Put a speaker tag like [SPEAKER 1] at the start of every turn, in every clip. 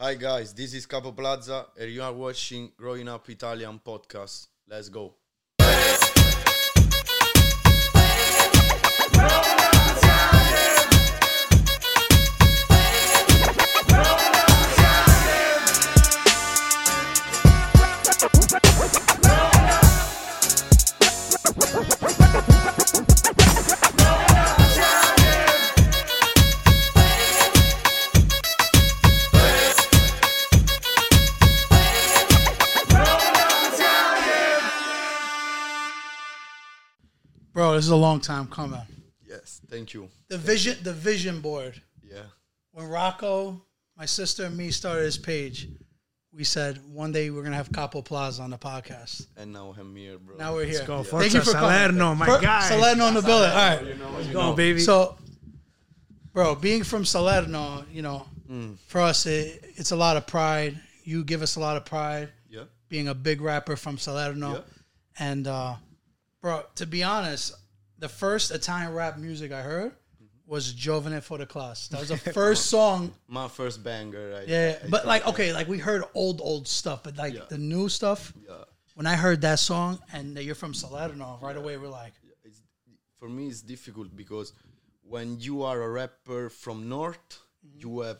[SPEAKER 1] Hi guys, this is Capo Plaza and you are watching Growing Up Italian podcast. Let's go.
[SPEAKER 2] Bro, this is a long time coming.
[SPEAKER 1] Yes, thank you.
[SPEAKER 2] The vision, the vision board.
[SPEAKER 1] Yeah.
[SPEAKER 2] When Rocco, my sister, and me started this page, we said one day we're gonna have Capo Plaza on the podcast.
[SPEAKER 1] And now I'm here, bro.
[SPEAKER 2] Now we're here.
[SPEAKER 3] Go,
[SPEAKER 2] Thank you
[SPEAKER 3] Forza
[SPEAKER 2] for coming.
[SPEAKER 3] Salerno, my
[SPEAKER 2] For-
[SPEAKER 3] guy.
[SPEAKER 2] Salerno on the building. All right.
[SPEAKER 1] You know, you
[SPEAKER 3] Go,
[SPEAKER 1] know.
[SPEAKER 3] baby.
[SPEAKER 2] So, bro, being from Salerno, you know,
[SPEAKER 3] Mm.
[SPEAKER 2] for us, it, it's a lot of pride. You give us a lot of pride
[SPEAKER 1] Yeah.
[SPEAKER 2] being a big rapper from Salerno.
[SPEAKER 1] Yeah.
[SPEAKER 2] And, uh, bro, to be honest, the first Italian rap music I heard was Giovane for the Class. That was the first song.
[SPEAKER 1] My first banger. I,
[SPEAKER 2] Yeah.
[SPEAKER 1] I
[SPEAKER 2] But, like,
[SPEAKER 1] think.
[SPEAKER 2] okay, like we heard old, old stuff, but like
[SPEAKER 1] Yeah.
[SPEAKER 2] the new stuff,
[SPEAKER 1] Yeah.
[SPEAKER 2] when I heard that song and that you're from Salerno, right away we're like,
[SPEAKER 1] it's, for me it's difficult because when you are a rapper from north
[SPEAKER 2] Mm-hmm.
[SPEAKER 1] you have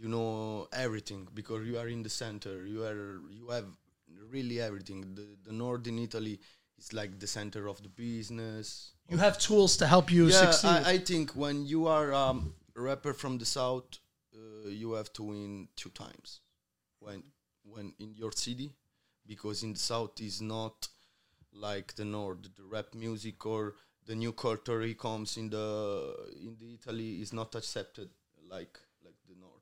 [SPEAKER 1] you know everything because you are in the center you are you have really everything the, the north in italy is like the center of the business
[SPEAKER 2] you have tools to help you
[SPEAKER 1] yeah
[SPEAKER 2] succeed.
[SPEAKER 1] I, I think when you are um, a rapper from the south uh, you have to win two times when when in your city because in the south is not like the north the rap music or the new culture he comes in the in the italy is not accepted like like the north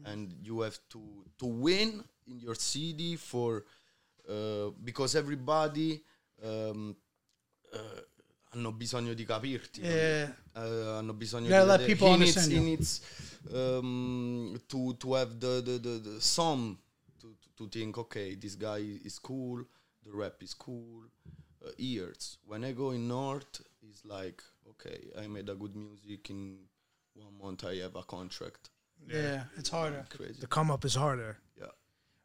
[SPEAKER 2] Hmm.
[SPEAKER 1] and you have to to win in your city for uh, because everybody um, eh, hanno bisogno di capirti
[SPEAKER 2] Yeah.
[SPEAKER 1] eh, hanno bisogno
[SPEAKER 2] Yeah,
[SPEAKER 1] di
[SPEAKER 2] let
[SPEAKER 1] vedere.
[SPEAKER 2] people
[SPEAKER 1] he needs,
[SPEAKER 2] understand
[SPEAKER 1] he
[SPEAKER 2] you.
[SPEAKER 1] needs um, to, to have the, the, the, the some to, to think okay this guy is cool the rap is cool uh, ears when I go in north it's like okay I made a good music in one month I have a contract
[SPEAKER 2] yeah. It's harder.
[SPEAKER 1] crazy
[SPEAKER 3] the come up is harder.
[SPEAKER 1] yeah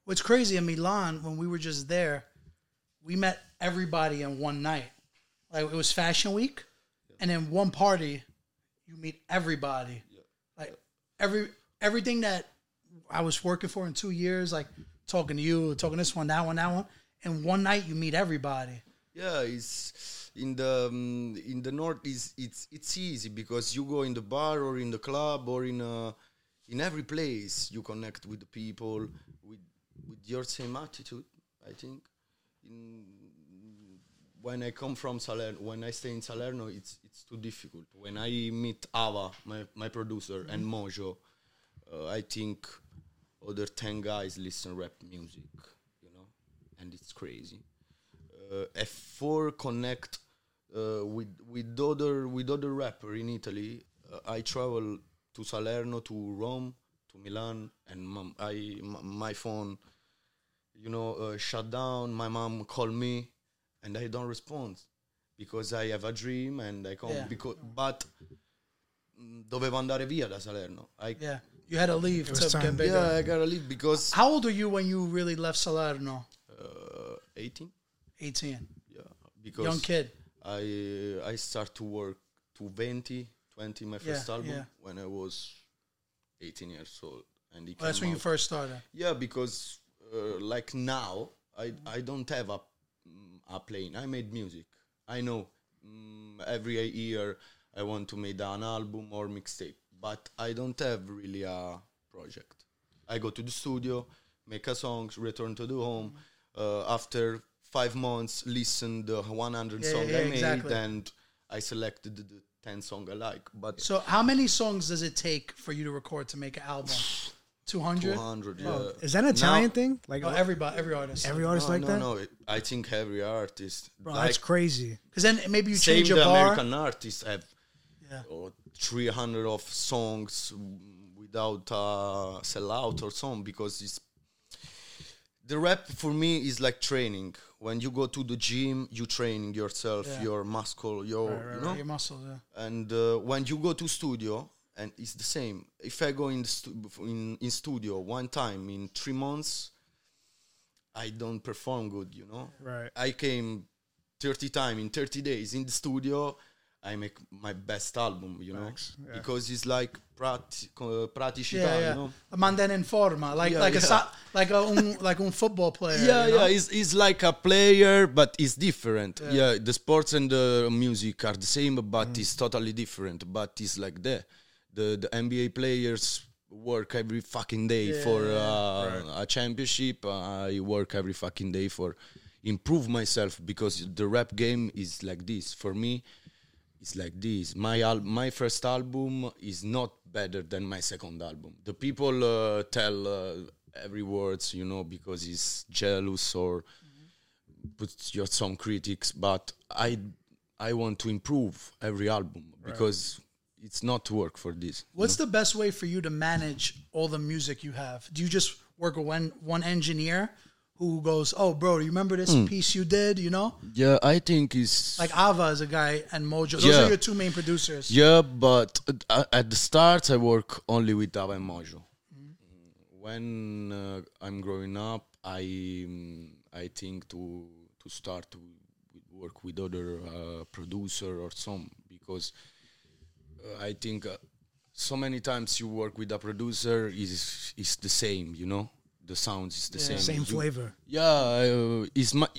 [SPEAKER 2] What's crazy in Milan when we were just there, we met everybody in one night. Like it was Fashion Week, and in one party, you meet everybody. Like every everything that I was working for in two years, like talking to you, talking this one, that one, that one, and one night you meet everybody.
[SPEAKER 1] Yeah, it's in the um, in the north is it's it's easy because you go in the bar or in the club or in a, in every place you connect with the people with with your same attitude. I think in when I come from Salerno, when I stay in Salerno, it's it's too difficult. When I meet Ava, my my producer, and Mojo, uh, I think other ten guys listen rap music, you know, and it's crazy uh, F4 Connect uh, with with other with other rapper in Italy. Uh, I travel to Salerno, to Rome, to Milan, and mom, I m- my phone, you know, uh, shut down. My mom called me, and I don't respond because I have a dream and I can't.
[SPEAKER 2] Yeah.
[SPEAKER 1] Because but mm, dovevo andare via da Salerno. I
[SPEAKER 2] Yeah, you had to leave
[SPEAKER 3] was
[SPEAKER 2] to get
[SPEAKER 3] time.
[SPEAKER 2] bigger.
[SPEAKER 1] yeah, I gotta leave because
[SPEAKER 2] How old were you when you really left Salerno?
[SPEAKER 1] uh, 18.
[SPEAKER 2] Eighteen,
[SPEAKER 1] Yeah, because
[SPEAKER 2] young kid.
[SPEAKER 1] I I start to work to 20, 20 my first
[SPEAKER 2] Yeah,
[SPEAKER 1] album
[SPEAKER 2] yeah.
[SPEAKER 1] when I was 18 years old and it
[SPEAKER 2] Well, that's
[SPEAKER 1] came
[SPEAKER 2] when you
[SPEAKER 1] out.
[SPEAKER 2] first started.
[SPEAKER 1] yeah because uh, like now I I don't have a mm, a plane I made music I know mm, every year I want to make an album or mixtape but I don't have really a project I go to the studio make a song return to the home uh, after five months listen the 100
[SPEAKER 2] Yeah,
[SPEAKER 1] song
[SPEAKER 2] yeah,
[SPEAKER 1] I made
[SPEAKER 2] exactly.
[SPEAKER 1] and I selected the, the 10 song I like but
[SPEAKER 2] So how many songs does it take for you to record to make an album? 200?
[SPEAKER 1] 200 yeah.
[SPEAKER 3] Is that
[SPEAKER 1] Now-
[SPEAKER 3] an Italian thing? Like
[SPEAKER 2] Oh, everybody, every artist.
[SPEAKER 3] every artist
[SPEAKER 1] no,
[SPEAKER 3] like
[SPEAKER 1] no,
[SPEAKER 3] that?
[SPEAKER 1] No, I think every artist.
[SPEAKER 3] Bro,
[SPEAKER 1] like,
[SPEAKER 3] that's crazy.
[SPEAKER 2] Because then maybe you
[SPEAKER 1] same
[SPEAKER 2] change
[SPEAKER 1] the
[SPEAKER 2] your bar.
[SPEAKER 1] American artists have
[SPEAKER 2] Yeah.
[SPEAKER 1] oh, 300 of songs mm, without uh, sellout or song because it's the rap for me is like training. When you go to the gym, you training yourself,
[SPEAKER 2] Yeah.
[SPEAKER 1] your muscle, your you know.
[SPEAKER 2] Your muscles, yeah.
[SPEAKER 1] And uh, when you go to studio, and it's the same. If I go in the stu- in in studio one time in three months, I don't perform good. You know,
[SPEAKER 3] Right.
[SPEAKER 1] I came thirty times in thirty days in the studio. I make my best album, you know,
[SPEAKER 3] Facts, yeah.
[SPEAKER 1] because it's like prati- uh, praticità,
[SPEAKER 2] Yeah,
[SPEAKER 1] you
[SPEAKER 2] yeah.
[SPEAKER 1] know.
[SPEAKER 2] A mandan in forma, like
[SPEAKER 1] Yeah,
[SPEAKER 2] like a
[SPEAKER 1] yeah.
[SPEAKER 2] so, like a un, like un football player.
[SPEAKER 1] yeah,
[SPEAKER 2] you know?
[SPEAKER 1] yeah. It's, it's like a player, but it's different. Yeah. the sports and the music are the same, but it's totally different. But it's like that. The the NBA players work every fucking day for uh, a championship. I work every fucking day for improve myself because the rap game is like this for me. It's like this. My al- my first album is not better than my second album. The people uh, tell uh, every words, you know, because he's jealous or put your some critics. But I I want to improve every album because it's not work for this.
[SPEAKER 2] What's the best way for you to manage all the music you have? Do you just work with one one engineer who goes, "Oh, bro, you remember this
[SPEAKER 1] Hmm.
[SPEAKER 2] piece you did?" You know,
[SPEAKER 1] Yeah, I think it's
[SPEAKER 2] like Ava is a guy and Mojo. Those
[SPEAKER 1] Yeah.
[SPEAKER 2] are your two main producers.
[SPEAKER 1] Yeah, but at- a- at the start, I work only with Dava and Mojo. When uh, I'm growing up, I mm, I think to to start to w- work with other uh, producer or some because uh, I think uh, so many times you work with a producer is is the same, you know. The sounds is the same.
[SPEAKER 3] Same
[SPEAKER 1] You-
[SPEAKER 3] flavor.
[SPEAKER 1] Yeah, uh, is my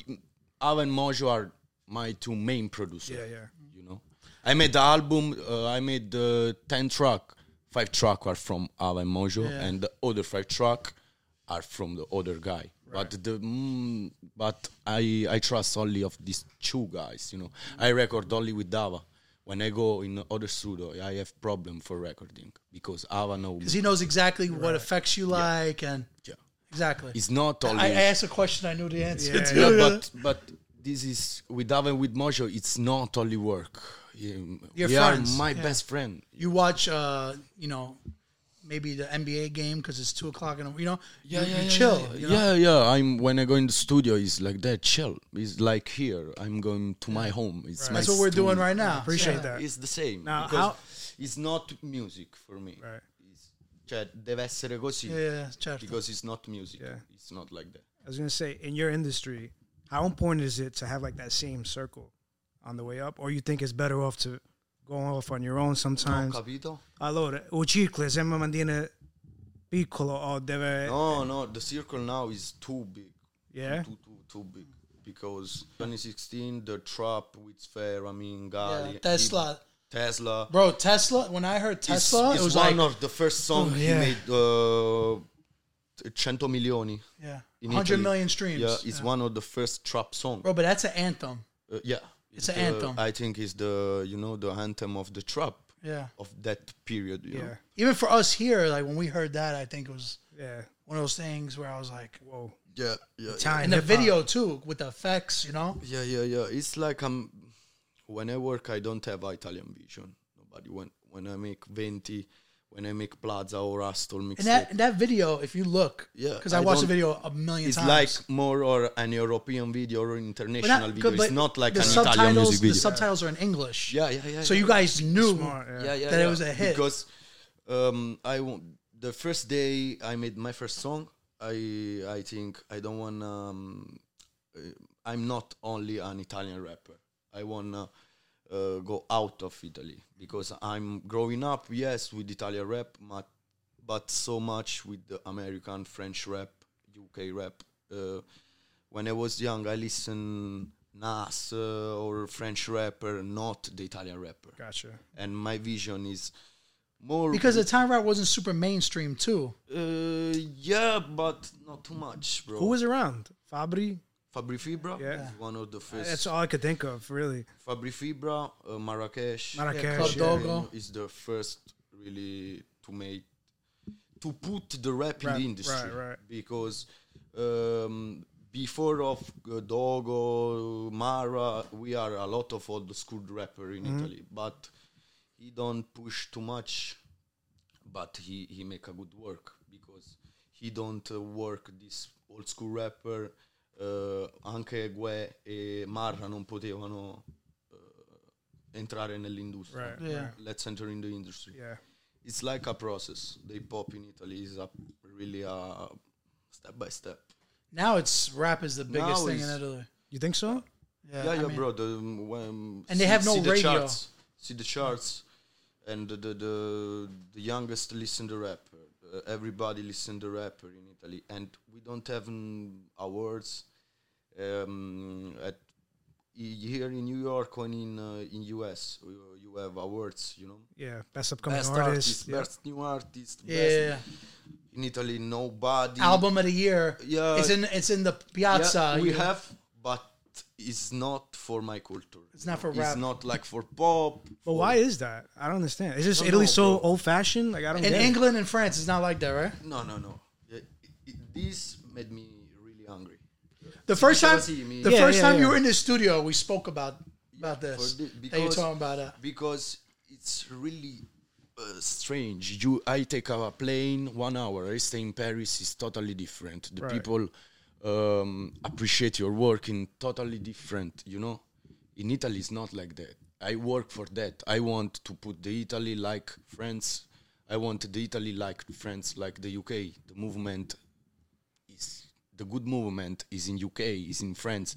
[SPEAKER 1] Ava and Mojo are my two main producers
[SPEAKER 3] Yeah, yeah.
[SPEAKER 1] you know i made the album uh, i made the 10 track 5 track are from alan mojo
[SPEAKER 2] Yeah.
[SPEAKER 1] and the other 5 track are from the other guy but the mm, but i i trust only of these two guys you know i record only with dava when i go in other studio i have problem for recording because ava know me.
[SPEAKER 2] because he knows exactly what effects you like and
[SPEAKER 1] Yeah.
[SPEAKER 2] exactly.
[SPEAKER 1] it's not only
[SPEAKER 2] I, I asked a question, I knew the answer.
[SPEAKER 3] Yeah,
[SPEAKER 2] to.
[SPEAKER 1] yeah, but but this is with Dava and with Mojo. It's not only work. Um,
[SPEAKER 2] You're
[SPEAKER 1] we are
[SPEAKER 2] friends,
[SPEAKER 1] my
[SPEAKER 2] yeah.
[SPEAKER 1] best friend.
[SPEAKER 2] you watch, uh, you know, maybe the NBA game because it's two o'clock and you know, you, you chill.
[SPEAKER 1] Yeah,
[SPEAKER 2] you know?
[SPEAKER 1] yeah, yeah. I'm when I go in the studio, it's like that. Chill. It's like here. I'm going to my home. It's my
[SPEAKER 2] that's what we're
[SPEAKER 1] studio.
[SPEAKER 2] doing right now.
[SPEAKER 3] Appreciate
[SPEAKER 2] Yeah.
[SPEAKER 3] that.
[SPEAKER 1] It's the same.
[SPEAKER 3] Now,
[SPEAKER 1] because
[SPEAKER 3] how-
[SPEAKER 1] it's not music for me.
[SPEAKER 3] Right.
[SPEAKER 1] It's- cioè, deve essere così.
[SPEAKER 2] Yeah, yeah, certo.
[SPEAKER 1] Because it's not music.
[SPEAKER 3] Yeah.
[SPEAKER 1] It's not like that.
[SPEAKER 3] I was gonna say, in your industry, how important is it to have like that same circle on the way up, or you think it's better off to go off on your own sometimes?
[SPEAKER 1] Capito?
[SPEAKER 3] Allora, un ciclo è sempre mantiene piccolo o deve
[SPEAKER 1] No, no. The circle now is too big.
[SPEAKER 3] yeah
[SPEAKER 1] Too, too, too big. Because 2016, the trap with Fair, I mean, Gali,
[SPEAKER 2] Yeah, Tesla,
[SPEAKER 1] Tesla.
[SPEAKER 2] bro, Tesla. When I heard
[SPEAKER 1] It's-
[SPEAKER 2] Tesla,
[SPEAKER 1] it's
[SPEAKER 2] it was
[SPEAKER 1] one
[SPEAKER 2] like,
[SPEAKER 1] of the first song
[SPEAKER 3] Oh,
[SPEAKER 1] he
[SPEAKER 3] yeah.
[SPEAKER 1] made. Uh, 100 millioni.
[SPEAKER 2] yeah,
[SPEAKER 1] in
[SPEAKER 2] 100
[SPEAKER 1] Italy.
[SPEAKER 2] million streams.
[SPEAKER 1] Yeah, it's one of the first trap song.
[SPEAKER 2] bro, but that's an anthem.
[SPEAKER 1] Uh, yeah,
[SPEAKER 2] It's an
[SPEAKER 1] the-
[SPEAKER 2] anthem.
[SPEAKER 1] I think it's the you know the anthem of the trap
[SPEAKER 2] Yeah,
[SPEAKER 1] of that period. You
[SPEAKER 3] yeah
[SPEAKER 1] know?
[SPEAKER 2] even for us here, like when we heard that, I think it was
[SPEAKER 3] yeah
[SPEAKER 2] one of those things where I was like,
[SPEAKER 3] whoa
[SPEAKER 1] yeah, yeah, yeah,
[SPEAKER 3] time
[SPEAKER 2] and the video too with the effects, you know.
[SPEAKER 1] yeah, yeah, yeah. It's like I'm when I work, I don't have Italian vision. Nobody when when I make Venti, when I make Plaza or Astor
[SPEAKER 2] And that
[SPEAKER 1] mixtape,
[SPEAKER 2] and that video, if you look,
[SPEAKER 1] Yeah,
[SPEAKER 2] because I,
[SPEAKER 1] I
[SPEAKER 2] watched the
[SPEAKER 1] don't-
[SPEAKER 2] video a million
[SPEAKER 1] it's
[SPEAKER 2] times.
[SPEAKER 1] like more or an European video or
[SPEAKER 2] But
[SPEAKER 1] international video.
[SPEAKER 2] good, but
[SPEAKER 1] It's not like
[SPEAKER 2] the
[SPEAKER 1] an Italian
[SPEAKER 2] subtitles.
[SPEAKER 1] music video.
[SPEAKER 2] The subtitles are in English.
[SPEAKER 1] yeah, yeah, yeah.
[SPEAKER 2] So
[SPEAKER 1] yeah.
[SPEAKER 2] you guys knew.
[SPEAKER 3] Smart, yeah.
[SPEAKER 1] yeah, yeah,
[SPEAKER 2] that it
[SPEAKER 1] yeah.
[SPEAKER 2] was a hit.
[SPEAKER 1] because um, I w- the first day I made my first song, I I think I don't want. Um, uh, I'm not only an Italian rapper. I wanna uh, go out of Italy because I'm growing up, yes, with Italian rap, but but so much with the American, French rap, UK rap. Uh, when I was young, I listened Nas uh, or French rapper, not the Italian rapper
[SPEAKER 3] gotcha
[SPEAKER 1] and my vision is more
[SPEAKER 2] Because the time rap wasn't super mainstream too.
[SPEAKER 1] uh, yeah, but not too much, bro.
[SPEAKER 3] who was around Fabri
[SPEAKER 1] Fabri Fibra?
[SPEAKER 3] Yeah. Uh,
[SPEAKER 1] is one of the first.
[SPEAKER 3] that's all I could think of really
[SPEAKER 1] Fabri Fibra, uh, Marrakesh.
[SPEAKER 3] Marrakesh
[SPEAKER 2] Club
[SPEAKER 3] yeah,
[SPEAKER 2] Dog. Dogo.
[SPEAKER 1] is the first really to make to put the rap,
[SPEAKER 3] Rap,
[SPEAKER 1] in the industry
[SPEAKER 3] right, right.
[SPEAKER 1] because um, before of uh, Dogo Mara we are a lot of old school rapper in
[SPEAKER 3] Mm-hmm.
[SPEAKER 1] Italy but he don't push too much but he he make a good work because he don't uh, work this old school rapper eh, anche Gue e Marra non potevano eh, entrare nell'industria
[SPEAKER 3] Right,
[SPEAKER 2] Yeah.
[SPEAKER 3] right.
[SPEAKER 1] let's enter in the industry
[SPEAKER 3] yeah
[SPEAKER 1] it's like a process. They pop in Italy is a really a step by step.
[SPEAKER 2] Now it's rap is the
[SPEAKER 1] Now
[SPEAKER 2] biggest thing in
[SPEAKER 1] it's-
[SPEAKER 2] Italy.
[SPEAKER 3] You think so?
[SPEAKER 1] yeah,
[SPEAKER 2] Uh, I
[SPEAKER 1] yeah,
[SPEAKER 2] mean,
[SPEAKER 1] bro. The, um, when-
[SPEAKER 2] And they have no
[SPEAKER 1] the
[SPEAKER 2] radio.
[SPEAKER 1] Charts, see the charts, and the the, the, the youngest listen to rapper. Uh, everybody listen to rapper in Italy, and we don't have mm, awards um, at i- here in New York or in uh, in US. You, you have awards, you know.
[SPEAKER 3] Yeah, best upcoming
[SPEAKER 1] Best
[SPEAKER 3] artist.
[SPEAKER 1] artist,
[SPEAKER 3] yeah.
[SPEAKER 1] best new artist.
[SPEAKER 2] Yeah,
[SPEAKER 1] Best in Italy, nobody
[SPEAKER 2] album of the year.
[SPEAKER 1] Yeah.
[SPEAKER 2] it's in it's in the
[SPEAKER 1] Yeah,
[SPEAKER 2] piazza.
[SPEAKER 1] we
[SPEAKER 2] uh, you-
[SPEAKER 1] have, but it's not for my culture.
[SPEAKER 2] It's not for
[SPEAKER 1] It's
[SPEAKER 2] rap.
[SPEAKER 1] not like for pop.
[SPEAKER 3] But why is that? I don't understand. Is just
[SPEAKER 1] don't
[SPEAKER 3] Italy
[SPEAKER 1] know,
[SPEAKER 3] so
[SPEAKER 1] bro.
[SPEAKER 3] old fashioned? Like I don't
[SPEAKER 2] in
[SPEAKER 3] get it.
[SPEAKER 2] England and France. It's not like that, right?
[SPEAKER 1] No, no, no. Yeah, it- it- this made me really hungry.
[SPEAKER 2] The first time,
[SPEAKER 1] Because he-
[SPEAKER 2] the
[SPEAKER 3] Yeah,
[SPEAKER 2] first
[SPEAKER 3] yeah,
[SPEAKER 2] time you
[SPEAKER 3] yeah.
[SPEAKER 2] were in the studio, we spoke about about this.
[SPEAKER 1] for the-
[SPEAKER 2] that you're
[SPEAKER 1] because-
[SPEAKER 2] talking about uh, it.
[SPEAKER 1] because it's really uh, strange. You, I take a plane one hour. I stay in Paris. It's totally different. The
[SPEAKER 3] Right.
[SPEAKER 1] people um, appreciate your work in totally different. You know, in Italy it's not like that. I work for that. I want to put the Italy like France. I want the Italy like France, like the UK. The movement is the good movement is in UK, is in France.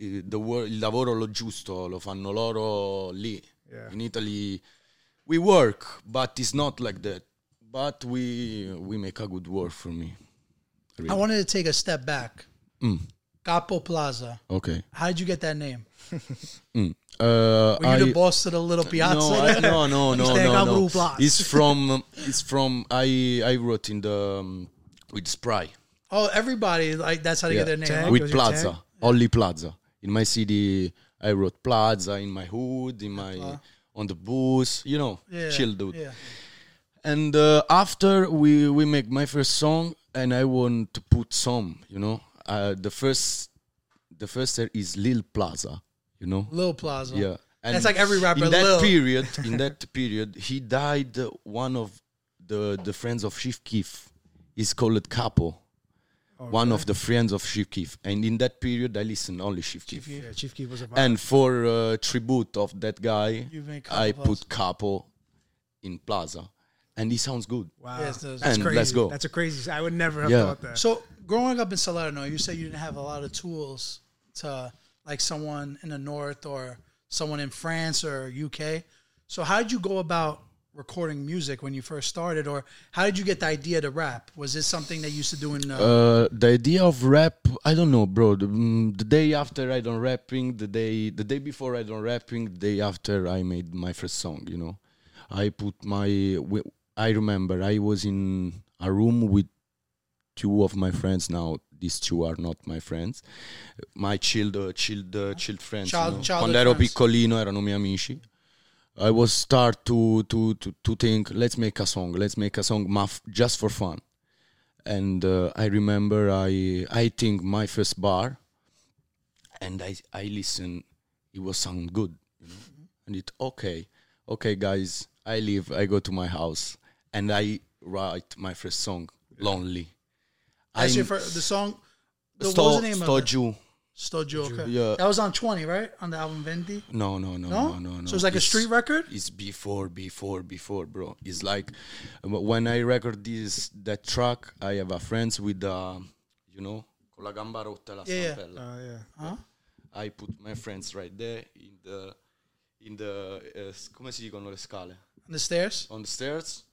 [SPEAKER 1] Eh, the wor- il lavoro lo giusto lo fanno loro lì.
[SPEAKER 3] Yeah.
[SPEAKER 1] In Italy, we work, but it's not like that. But we we make a good work for me.
[SPEAKER 2] I wanted to take a step back.
[SPEAKER 1] Mm.
[SPEAKER 2] Capo Plaza.
[SPEAKER 1] Okay.
[SPEAKER 2] How did you get that name?
[SPEAKER 1] Uh,
[SPEAKER 2] Were you
[SPEAKER 1] I-
[SPEAKER 2] the boss of the little piazza?
[SPEAKER 1] No, I, no, no, no,
[SPEAKER 3] Hashtag
[SPEAKER 1] no, no.
[SPEAKER 3] Gavruplas.
[SPEAKER 1] It's from it's from I I wrote in the um, with Spry.
[SPEAKER 2] oh, everybody like that's how they
[SPEAKER 1] Yeah.
[SPEAKER 2] get their name.
[SPEAKER 3] Tag.
[SPEAKER 2] huh?
[SPEAKER 1] with
[SPEAKER 3] Because you're
[SPEAKER 1] Plaza, only Plaza. In my city, I wrote Plaza in my hood, in my on the bus, you know,
[SPEAKER 2] Yeah,
[SPEAKER 1] chill dude.
[SPEAKER 2] Yeah.
[SPEAKER 1] And uh, after we we make my first song, and I want to put some, you know, uh, the first the first there is Lil Plaza, you know,
[SPEAKER 2] Lil Plaza.
[SPEAKER 1] yeah. And
[SPEAKER 2] That's like every rapper,
[SPEAKER 1] In that
[SPEAKER 2] Lil.
[SPEAKER 1] period, in that period, he died. uh, One of the the friends of Chief Keef is called Capo. One of the friends of Chief Keef, and in that period, I listened only Chief Keef.
[SPEAKER 3] Yeah, Chief Keef was a vibe.
[SPEAKER 1] And for uh, tribute of that guy,
[SPEAKER 2] You make Capo
[SPEAKER 1] I
[SPEAKER 2] Plaza.
[SPEAKER 1] put Capo in Plaza, and he sounds good.
[SPEAKER 3] wow.
[SPEAKER 2] Yes, those-
[SPEAKER 3] That's
[SPEAKER 1] And
[SPEAKER 3] crazy.
[SPEAKER 1] let's go.
[SPEAKER 3] That's a crazy. I would never have
[SPEAKER 1] Yeah.
[SPEAKER 3] thought that.
[SPEAKER 2] So growing up in Salerno, you said you didn't have a lot of tools to like someone in the north or someone in France or UK. So how did you go about recording music when you first started, or how did you get the idea to rap? Was this something that you used to do in? Uh,
[SPEAKER 1] Uh, the idea of rap, I don't know, bro. The, mm, the day after I done rapping, the day the day before I done rapping, the day after I made my first song, you know, I put my. wi- I remember I was in a room with two of my friends. Now these two are not my friends, my child, uh, child, uh, child friends. you
[SPEAKER 2] Child-
[SPEAKER 1] know.
[SPEAKER 2] childhood
[SPEAKER 1] Quando ero
[SPEAKER 2] friends.
[SPEAKER 1] piccolino erano miei amici. I was start to to to to think. Let's make a song. Let's make a song, ma f- just for fun and uh, I remember I I think my first bar, and I I listen, it was sound good, you know,
[SPEAKER 2] Mm-hmm.
[SPEAKER 1] and it okay, okay guys, I leave, I go to my house, and I write my first song, lonely.
[SPEAKER 2] that's
[SPEAKER 1] I'm-
[SPEAKER 2] your fir- the song. The,
[SPEAKER 1] Sto-
[SPEAKER 2] what was the name of it?
[SPEAKER 1] Stoju.
[SPEAKER 2] Stoju. Okay.
[SPEAKER 1] Yeah.
[SPEAKER 2] That was on Twenty, right? On the album Vendi.
[SPEAKER 1] No, no, no,
[SPEAKER 2] No?
[SPEAKER 1] uh, no, no, no.
[SPEAKER 2] So it's like a street record?
[SPEAKER 1] It's before, before, before, bro. It's like um, when I record this that track, I have a friends with, uh, you know, con la gamba rotta la
[SPEAKER 2] Yeah, yeah.
[SPEAKER 1] stampella.
[SPEAKER 3] Uh, yeah.
[SPEAKER 1] I put my friends right there in the in the eh, s- come si dicono le scale
[SPEAKER 2] On the stairs.
[SPEAKER 1] on the stairs,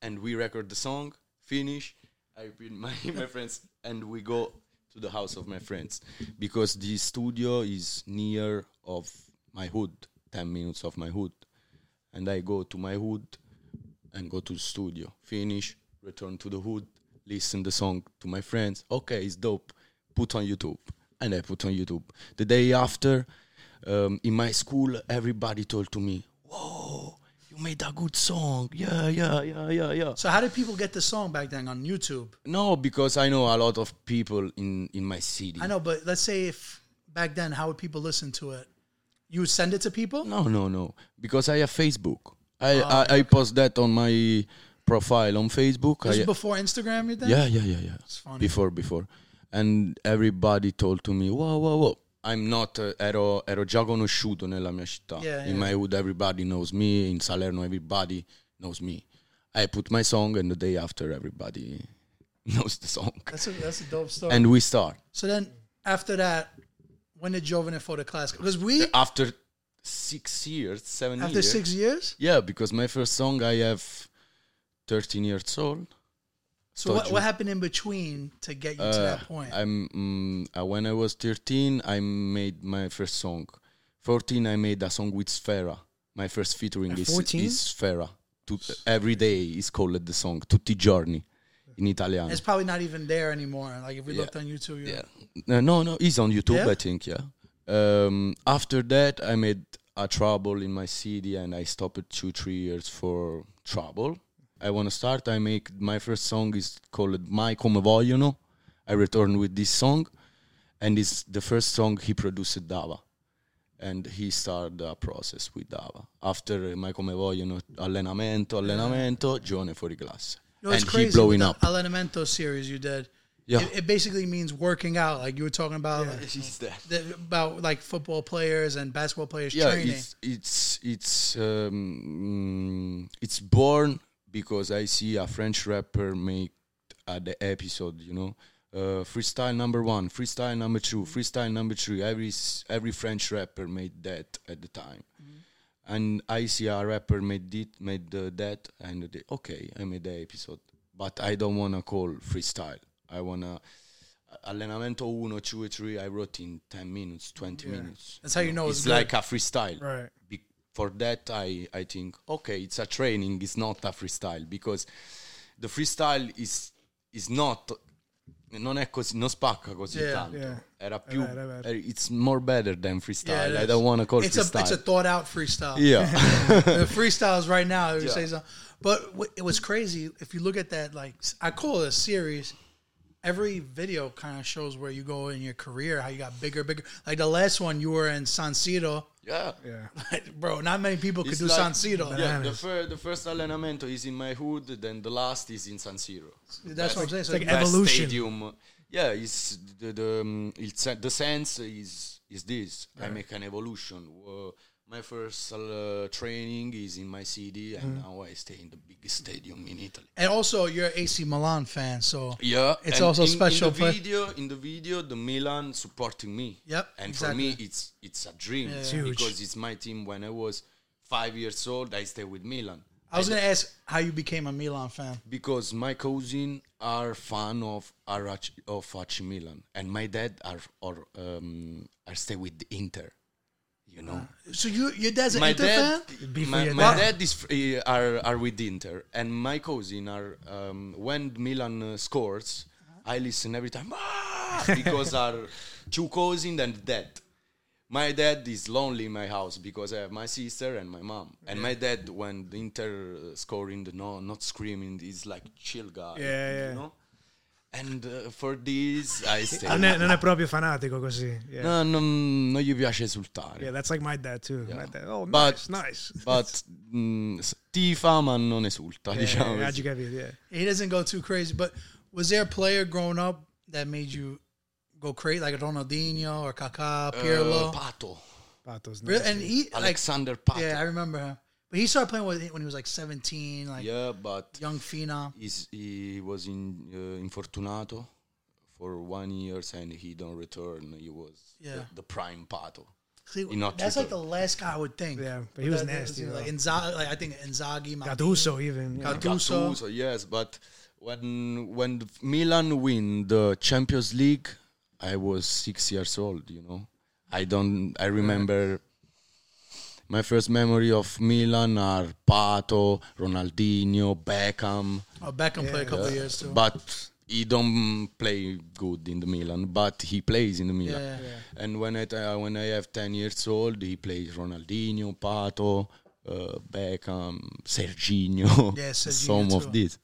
[SPEAKER 1] and we record the song. Finish. I bring my my friends, and we go to the house of my friends because the studio is near of my hood, ten minutes of my hood, and I go to my hood and go to the studio. Finish. Return to the hood. Listen the song to my friends. Okay, it's dope. Put on YouTube, and I put on YouTube. The day after, um, in my school, everybody told to me, "Whoa, you made a good song. Yeah, yeah, yeah, yeah, yeah."
[SPEAKER 2] So how did people get the song back then on YouTube?
[SPEAKER 1] No, because I know a lot of people in in my city.
[SPEAKER 2] I know, but let's say if back then, how would people listen to it? You would send it to people.
[SPEAKER 1] No, no, no. Because I have Facebook. I
[SPEAKER 2] Ah,
[SPEAKER 1] I, I post that on my profile on Facebook.
[SPEAKER 2] This
[SPEAKER 1] I,
[SPEAKER 2] was before Instagram, you think?
[SPEAKER 1] yeah, yeah, yeah, yeah.
[SPEAKER 2] funny.
[SPEAKER 1] Before, before, and everybody told to me, "Wow, wow, wow." I'm not uh, ero, ero già conosciuto nella mia città.
[SPEAKER 2] Yeah,
[SPEAKER 1] in
[SPEAKER 2] yeah.
[SPEAKER 1] my hood, everybody knows me. In Salerno, everybody knows me. I put my song, and the day after, everybody knows the song,
[SPEAKER 2] That's a that's a dope story.
[SPEAKER 1] and we start
[SPEAKER 2] so then after that, when did Jovan and Photo Class? Because we
[SPEAKER 1] after six years, seven
[SPEAKER 2] after
[SPEAKER 1] years.
[SPEAKER 2] six years.
[SPEAKER 1] Yeah, because my first song I have thirteen years old.
[SPEAKER 2] So what,
[SPEAKER 1] Told
[SPEAKER 2] what
[SPEAKER 1] you.
[SPEAKER 2] happened in between to get you to
[SPEAKER 1] Uh,
[SPEAKER 2] that point?
[SPEAKER 1] I'm mm, uh, when I was 13, I made my first song. 14, I made a song with Sfera. My first featuring
[SPEAKER 3] At
[SPEAKER 1] is,
[SPEAKER 3] 14?
[SPEAKER 1] is Sfera. Tut- every day is called the song Tutti i giorni in Italian.
[SPEAKER 2] it's probably not even there anymore. Like if we
[SPEAKER 1] Yeah.
[SPEAKER 2] looked on YouTube, yeah.
[SPEAKER 1] Yeah. Uh, No, no, it's on YouTube,
[SPEAKER 2] Yeah?
[SPEAKER 1] I think. Yeah. Um, after that, I made a trouble in my city, and I stopped two, three years for trouble. I want to start. I make my first song is called "My Come Vogliono." I return with this song, and it's the first song he produced Dava, and he started a process with Dava. After "My Come Vogliono," allenamento, allenamento, giorno fuori classe,
[SPEAKER 2] No,
[SPEAKER 1] and
[SPEAKER 2] it's crazy.
[SPEAKER 1] he blowing
[SPEAKER 2] with
[SPEAKER 1] up.
[SPEAKER 2] The Elemento series you did.
[SPEAKER 1] Yeah.
[SPEAKER 2] It, it basically means working out. Like you were talking about, like,
[SPEAKER 1] He's there.
[SPEAKER 2] the, about like football players and basketball players
[SPEAKER 1] yeah,
[SPEAKER 2] training.
[SPEAKER 1] it's it's it's um, mm, it's born because I see a French rapper make uh, the episode, you know, uh, freestyle number one, freestyle number two, freestyle number three. Every s- every French rapper made that at the time, and I see a rapper made it, made uh, that, and they, okay, I made the episode, but I don't wanna call freestyle. I wanna allenamento uno, two, three. I wrote in ten minutes, twenty minutes
[SPEAKER 2] That's how you know it's,
[SPEAKER 1] it's
[SPEAKER 2] good.
[SPEAKER 1] like a freestyle.
[SPEAKER 3] Right.
[SPEAKER 1] Be- for that, I I think okay, it's a training. It's not a freestyle because the freestyle is is not non è così non spacca così
[SPEAKER 2] Yeah,
[SPEAKER 1] tanto.
[SPEAKER 3] yeah.
[SPEAKER 1] Era più
[SPEAKER 3] vero, è vero.
[SPEAKER 1] eh, it's more better than
[SPEAKER 2] Yeah,
[SPEAKER 1] freestyle.
[SPEAKER 2] it
[SPEAKER 1] I
[SPEAKER 2] is.
[SPEAKER 1] don't want to call
[SPEAKER 2] it's
[SPEAKER 1] freestyle.
[SPEAKER 2] a it's a thought out freestyle.
[SPEAKER 1] yeah,
[SPEAKER 2] the freestyles right now. If you
[SPEAKER 1] Yeah.
[SPEAKER 2] say something. But wh- it was crazy. If you look at that, like s- I call it a series. Every video kind of shows where you go in your career, how you got bigger, bigger. Like the last one, you were in San Siro,
[SPEAKER 1] yeah.
[SPEAKER 3] Yeah.
[SPEAKER 2] bro. Not many people could
[SPEAKER 1] It's
[SPEAKER 2] do
[SPEAKER 1] like-
[SPEAKER 2] San Siro.
[SPEAKER 1] Yeah, the, fir- the first allenamento is in my hood, then the last is in San Siro.
[SPEAKER 2] That's what I'm saying. So
[SPEAKER 3] like
[SPEAKER 2] that-
[SPEAKER 3] ev- Evolution.
[SPEAKER 1] stadium. Yeah, it's the the, um, it's, uh, the sense is is this. I make an evolution. Uh, my first uh, training is in my city, and
[SPEAKER 2] Mm-hmm.
[SPEAKER 1] now I stay in the biggest stadium in Italy.
[SPEAKER 2] and also, you're an AC Milan fan, so
[SPEAKER 1] Yeah,
[SPEAKER 2] It's
[SPEAKER 1] and
[SPEAKER 2] also
[SPEAKER 1] in,
[SPEAKER 2] special
[SPEAKER 1] In the
[SPEAKER 2] play-
[SPEAKER 1] video, in the video, the Milan supporting me.
[SPEAKER 2] Yep,
[SPEAKER 1] and for
[SPEAKER 2] exactly.
[SPEAKER 1] me, it's it's a dream
[SPEAKER 2] It's
[SPEAKER 3] huge.
[SPEAKER 1] because it's my team. When I was five years old, I stayed with Milan.
[SPEAKER 2] I was gonna ask how you became a Milan fan.
[SPEAKER 1] because my cousin are fan of Arach, of AC Milan, and my dad are or um, are stay with the Inter. You know,
[SPEAKER 2] So you your dad's an
[SPEAKER 1] my
[SPEAKER 2] Inter
[SPEAKER 1] dad,
[SPEAKER 2] fan?
[SPEAKER 3] Be for
[SPEAKER 1] my,
[SPEAKER 3] your
[SPEAKER 1] my
[SPEAKER 3] dad.
[SPEAKER 1] dad is uh, are are with Inter, and my cousin are um, when Milan uh, scores, I listen every time "Ah!" because are two cousins and dad. My dad is lonely in my house because I have my sister and my mom. And my dad, when the Inter uh, scoring, the no, not screaming, is like chill guy.
[SPEAKER 3] Yeah, yeah.
[SPEAKER 1] You know? And uh, for this, I stay.
[SPEAKER 3] Non è, non è proprio fanatico così. Yeah.
[SPEAKER 1] No, non, non gli piace esultare.
[SPEAKER 3] Yeah, that's like my dad too. My dad. Oh,
[SPEAKER 1] But-
[SPEAKER 3] nice, nice.
[SPEAKER 1] But mm, s- tifa ma non esulta, diciamo.
[SPEAKER 3] Yeah,
[SPEAKER 1] così.
[SPEAKER 3] how'd you get here?
[SPEAKER 2] He doesn't go too crazy. But was there a player growing up that made you go crazy, like a Ronaldinho or Kaká,
[SPEAKER 1] Uh,
[SPEAKER 2] Pirlo?
[SPEAKER 1] Pato,
[SPEAKER 3] Yeah. Pato's
[SPEAKER 2] Really?
[SPEAKER 3] nice.
[SPEAKER 2] and he like
[SPEAKER 1] Alexander Pato.
[SPEAKER 2] yeah, I
[SPEAKER 1] Yeah,
[SPEAKER 2] remember him. But he started playing with when he was like 17, like
[SPEAKER 1] but
[SPEAKER 2] young phenom.
[SPEAKER 1] he's, he was in uh, infortunato for one years and he don't return. He was
[SPEAKER 2] Yeah.
[SPEAKER 1] the, the prime Pato.
[SPEAKER 2] See,
[SPEAKER 1] He not
[SPEAKER 2] that's
[SPEAKER 1] too
[SPEAKER 2] like the last guy I would think.
[SPEAKER 3] Yeah, but he was
[SPEAKER 2] That-
[SPEAKER 3] nasty.
[SPEAKER 2] Like
[SPEAKER 3] though.
[SPEAKER 2] Inzaghi, like I think Inzaghi, Maldini.
[SPEAKER 3] Gattuso even. yeah.
[SPEAKER 2] Gattuso.
[SPEAKER 1] Gattuso, yes, but when when Milan win the Champions League, I was six years old. You know, I don't. I remember my first memory of Milan are Pato, Ronaldinho, Beckham,
[SPEAKER 2] Oh, Beckham played a couple of years too.
[SPEAKER 1] but he don't play good in the Milan, but he plays in the Milan.
[SPEAKER 2] Yeah.
[SPEAKER 1] And when I uh, when I have ten years old, he plays Ronaldinho, Pato. Uh, Beckham, Serginho,
[SPEAKER 2] Yeah, Serginho
[SPEAKER 1] some
[SPEAKER 2] too.
[SPEAKER 1] of these.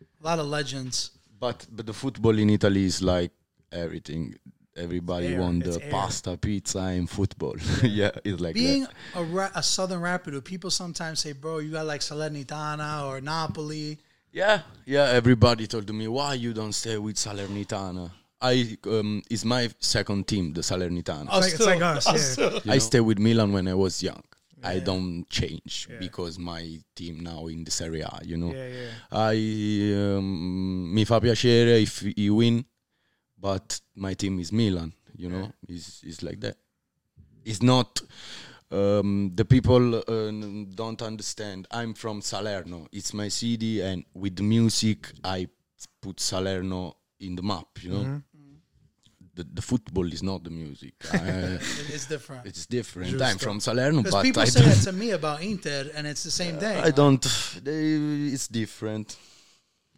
[SPEAKER 2] a lot of legends.
[SPEAKER 1] But but the football in Italy is like everything. Everybody
[SPEAKER 3] It's air,
[SPEAKER 1] want
[SPEAKER 3] it's
[SPEAKER 1] the
[SPEAKER 3] air.
[SPEAKER 1] pasta, pizza, and football. yeah, it's like
[SPEAKER 2] Being
[SPEAKER 1] that.
[SPEAKER 2] a, ra- a southern rapper, do people sometimes say, "Bro, you got like Salernitana or Napoli"?
[SPEAKER 1] Yeah, yeah. Everybody told me why you don't stay with Salernitana. I um, it's my second team, the Salernitana.
[SPEAKER 3] It's like, it's like us. Yeah.
[SPEAKER 1] I stay with Milan when I was young. I don't change
[SPEAKER 3] Yeah.
[SPEAKER 1] because my team now in this area, you know.
[SPEAKER 3] Yeah, yeah.
[SPEAKER 1] I um, mi fa piacere if you win, but my team is Milan. You know, is is like that. It's not. Um, the people uh, n- don't understand. I'm from Salerno. It's my city, and with the music, I put Salerno in the map. You know,
[SPEAKER 3] Mm-hmm.
[SPEAKER 1] the the football is not the music. I-
[SPEAKER 2] It- It's different.
[SPEAKER 1] it's different. I'm from Salerno,
[SPEAKER 2] Because
[SPEAKER 1] but
[SPEAKER 2] uh, people
[SPEAKER 1] I
[SPEAKER 2] say
[SPEAKER 1] don't.
[SPEAKER 2] that to me about Inter, and it's the same thing.
[SPEAKER 1] I don't. They, it's different.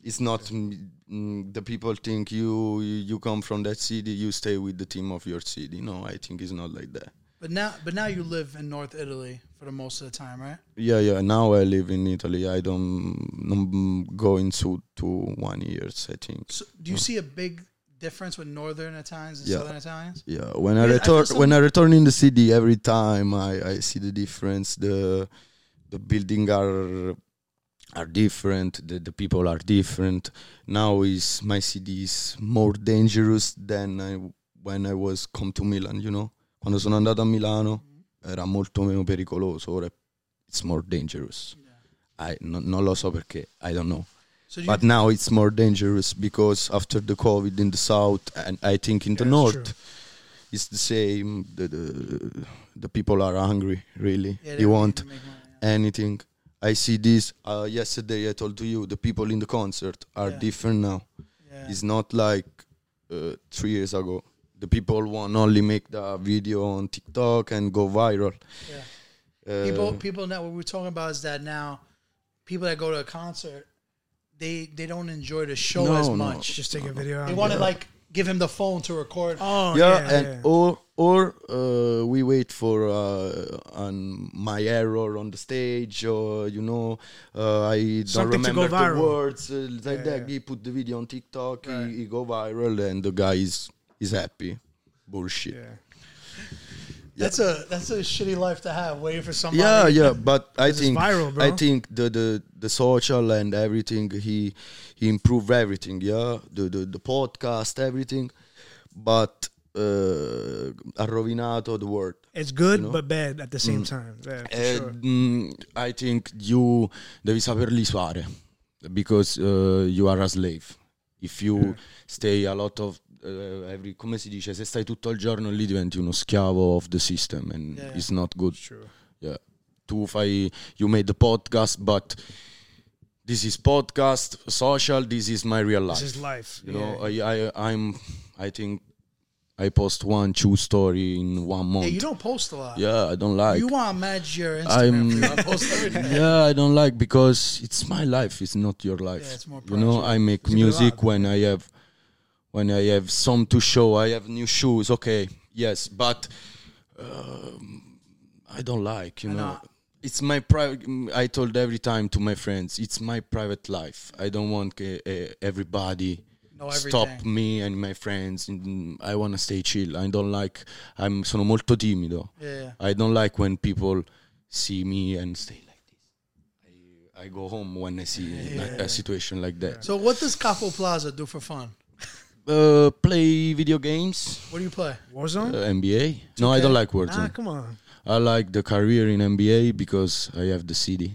[SPEAKER 1] It's not mm, mm, the people think you you come from that city, you stay with the team of your city. No, I think it's not like that.
[SPEAKER 2] But now, but now you live in North Italy for the most of the time, right?
[SPEAKER 1] Yeah, yeah. Now I live in Italy. I don't, don't go into to one years. I think.
[SPEAKER 2] So do you see a big difference with Northern Italians and
[SPEAKER 1] Yeah.
[SPEAKER 2] Southern Italians?
[SPEAKER 1] Yeah, when I
[SPEAKER 2] Yeah, I feel
[SPEAKER 1] return
[SPEAKER 2] some-
[SPEAKER 1] when I return in the city every time I, I see the difference. The the building are are different. The, the people are different. Now is my city is more dangerous than I, when I was come to Milan. You know, quando sono andato a Milano era molto meno pericoloso. Ora it's more dangerous. I no- non lo so perché. I don't know.
[SPEAKER 2] So do you,
[SPEAKER 1] But now it's more dangerous because after the COVID in the south and I think in the
[SPEAKER 3] Yeah, it's
[SPEAKER 1] north,
[SPEAKER 3] true.
[SPEAKER 1] it's the same. The, the the people are hungry, really.
[SPEAKER 2] Yeah,
[SPEAKER 1] they
[SPEAKER 2] don't
[SPEAKER 1] want
[SPEAKER 2] need to make money, yeah.
[SPEAKER 1] anything. I see this uh, yesterday. I told to you the people in the concert are
[SPEAKER 2] Yeah.
[SPEAKER 1] different now.
[SPEAKER 2] Yeah.
[SPEAKER 1] It's not like uh, three years ago. The people want only make the video on TikTok and go viral.
[SPEAKER 2] Yeah.
[SPEAKER 1] Uh,
[SPEAKER 2] people people now what we're talking about is that now people that go to a concert they they don't enjoy the show
[SPEAKER 1] No,
[SPEAKER 2] as
[SPEAKER 1] no.
[SPEAKER 2] much
[SPEAKER 3] Just take a video.
[SPEAKER 2] they
[SPEAKER 3] out.
[SPEAKER 2] want to like give him the phone to record
[SPEAKER 3] Oh
[SPEAKER 1] yeah,
[SPEAKER 3] yeah,
[SPEAKER 1] and or or uh, we wait for uh, on my error on the stage, or you know, uh, I don't
[SPEAKER 3] Something to go
[SPEAKER 1] remember the
[SPEAKER 3] viral.
[SPEAKER 1] words uh, like that.
[SPEAKER 3] yeah.
[SPEAKER 1] He put the video on TikTok,
[SPEAKER 3] Right.
[SPEAKER 1] he, he go viral, and the guy is is happy. Bullshit.
[SPEAKER 3] yeah.
[SPEAKER 2] that's a that's a shitty life to have waiting for somebody
[SPEAKER 1] Yeah, yeah, but I
[SPEAKER 3] it's
[SPEAKER 1] think
[SPEAKER 3] viral, bro.
[SPEAKER 1] I think the, the the social and everything he he improved everything, yeah, the the, the podcast, everything, but uh, ha rovinato the world.
[SPEAKER 3] It's good
[SPEAKER 1] know?
[SPEAKER 3] but bad at the same time. Yeah, for
[SPEAKER 1] Eh,
[SPEAKER 3] sure.
[SPEAKER 1] mm, I think you devi saperli suare because uh, you are a slave. If you stay a lot of uh, every, come si dice, se stai tutto il giorno lì diventi uno schiavo of the system and
[SPEAKER 2] Yeah.
[SPEAKER 1] it's not good.
[SPEAKER 3] True.
[SPEAKER 1] Yeah. Tu fai you made the podcast but this is podcast, social, this is my real life.
[SPEAKER 3] This is life.
[SPEAKER 1] You
[SPEAKER 3] yeah.
[SPEAKER 1] know, I, I I'm I think I post one two story in one month.
[SPEAKER 2] Yeah, you don't post a lot
[SPEAKER 1] yeah, I don't like
[SPEAKER 2] you want to manage your
[SPEAKER 1] I'm-
[SPEAKER 2] instagram you wanna post everything.
[SPEAKER 1] yeah, I don't like because it's my life. It's not your life.
[SPEAKER 2] Yeah, it's more
[SPEAKER 1] you know,
[SPEAKER 2] private.
[SPEAKER 1] I make
[SPEAKER 3] a bit
[SPEAKER 1] music
[SPEAKER 3] loud.
[SPEAKER 1] when I have when I have some to show. I have new shoes. Okay, yes, but um, I don't like. You know,
[SPEAKER 2] know.
[SPEAKER 1] it's my private. I told every time to my friends, it's my private life. I don't want uh, uh, everybody.
[SPEAKER 2] Know
[SPEAKER 1] Stop
[SPEAKER 2] everything.
[SPEAKER 1] me and my friends. Mm, I want to stay chill. I don't like. I'm sono molto timido.
[SPEAKER 2] yeah
[SPEAKER 1] I don't like when people see me and stay like this. I, I go home when I see like a situation like that.
[SPEAKER 2] so what does Capo Plaza do for fun?
[SPEAKER 1] Uh, play video games,
[SPEAKER 2] What do you play?
[SPEAKER 1] uh,
[SPEAKER 3] Warzone.
[SPEAKER 1] NBA. No, I don't like
[SPEAKER 3] Ah,
[SPEAKER 1] Warzone.
[SPEAKER 3] come on.
[SPEAKER 1] I like the career in NBA because I have the city,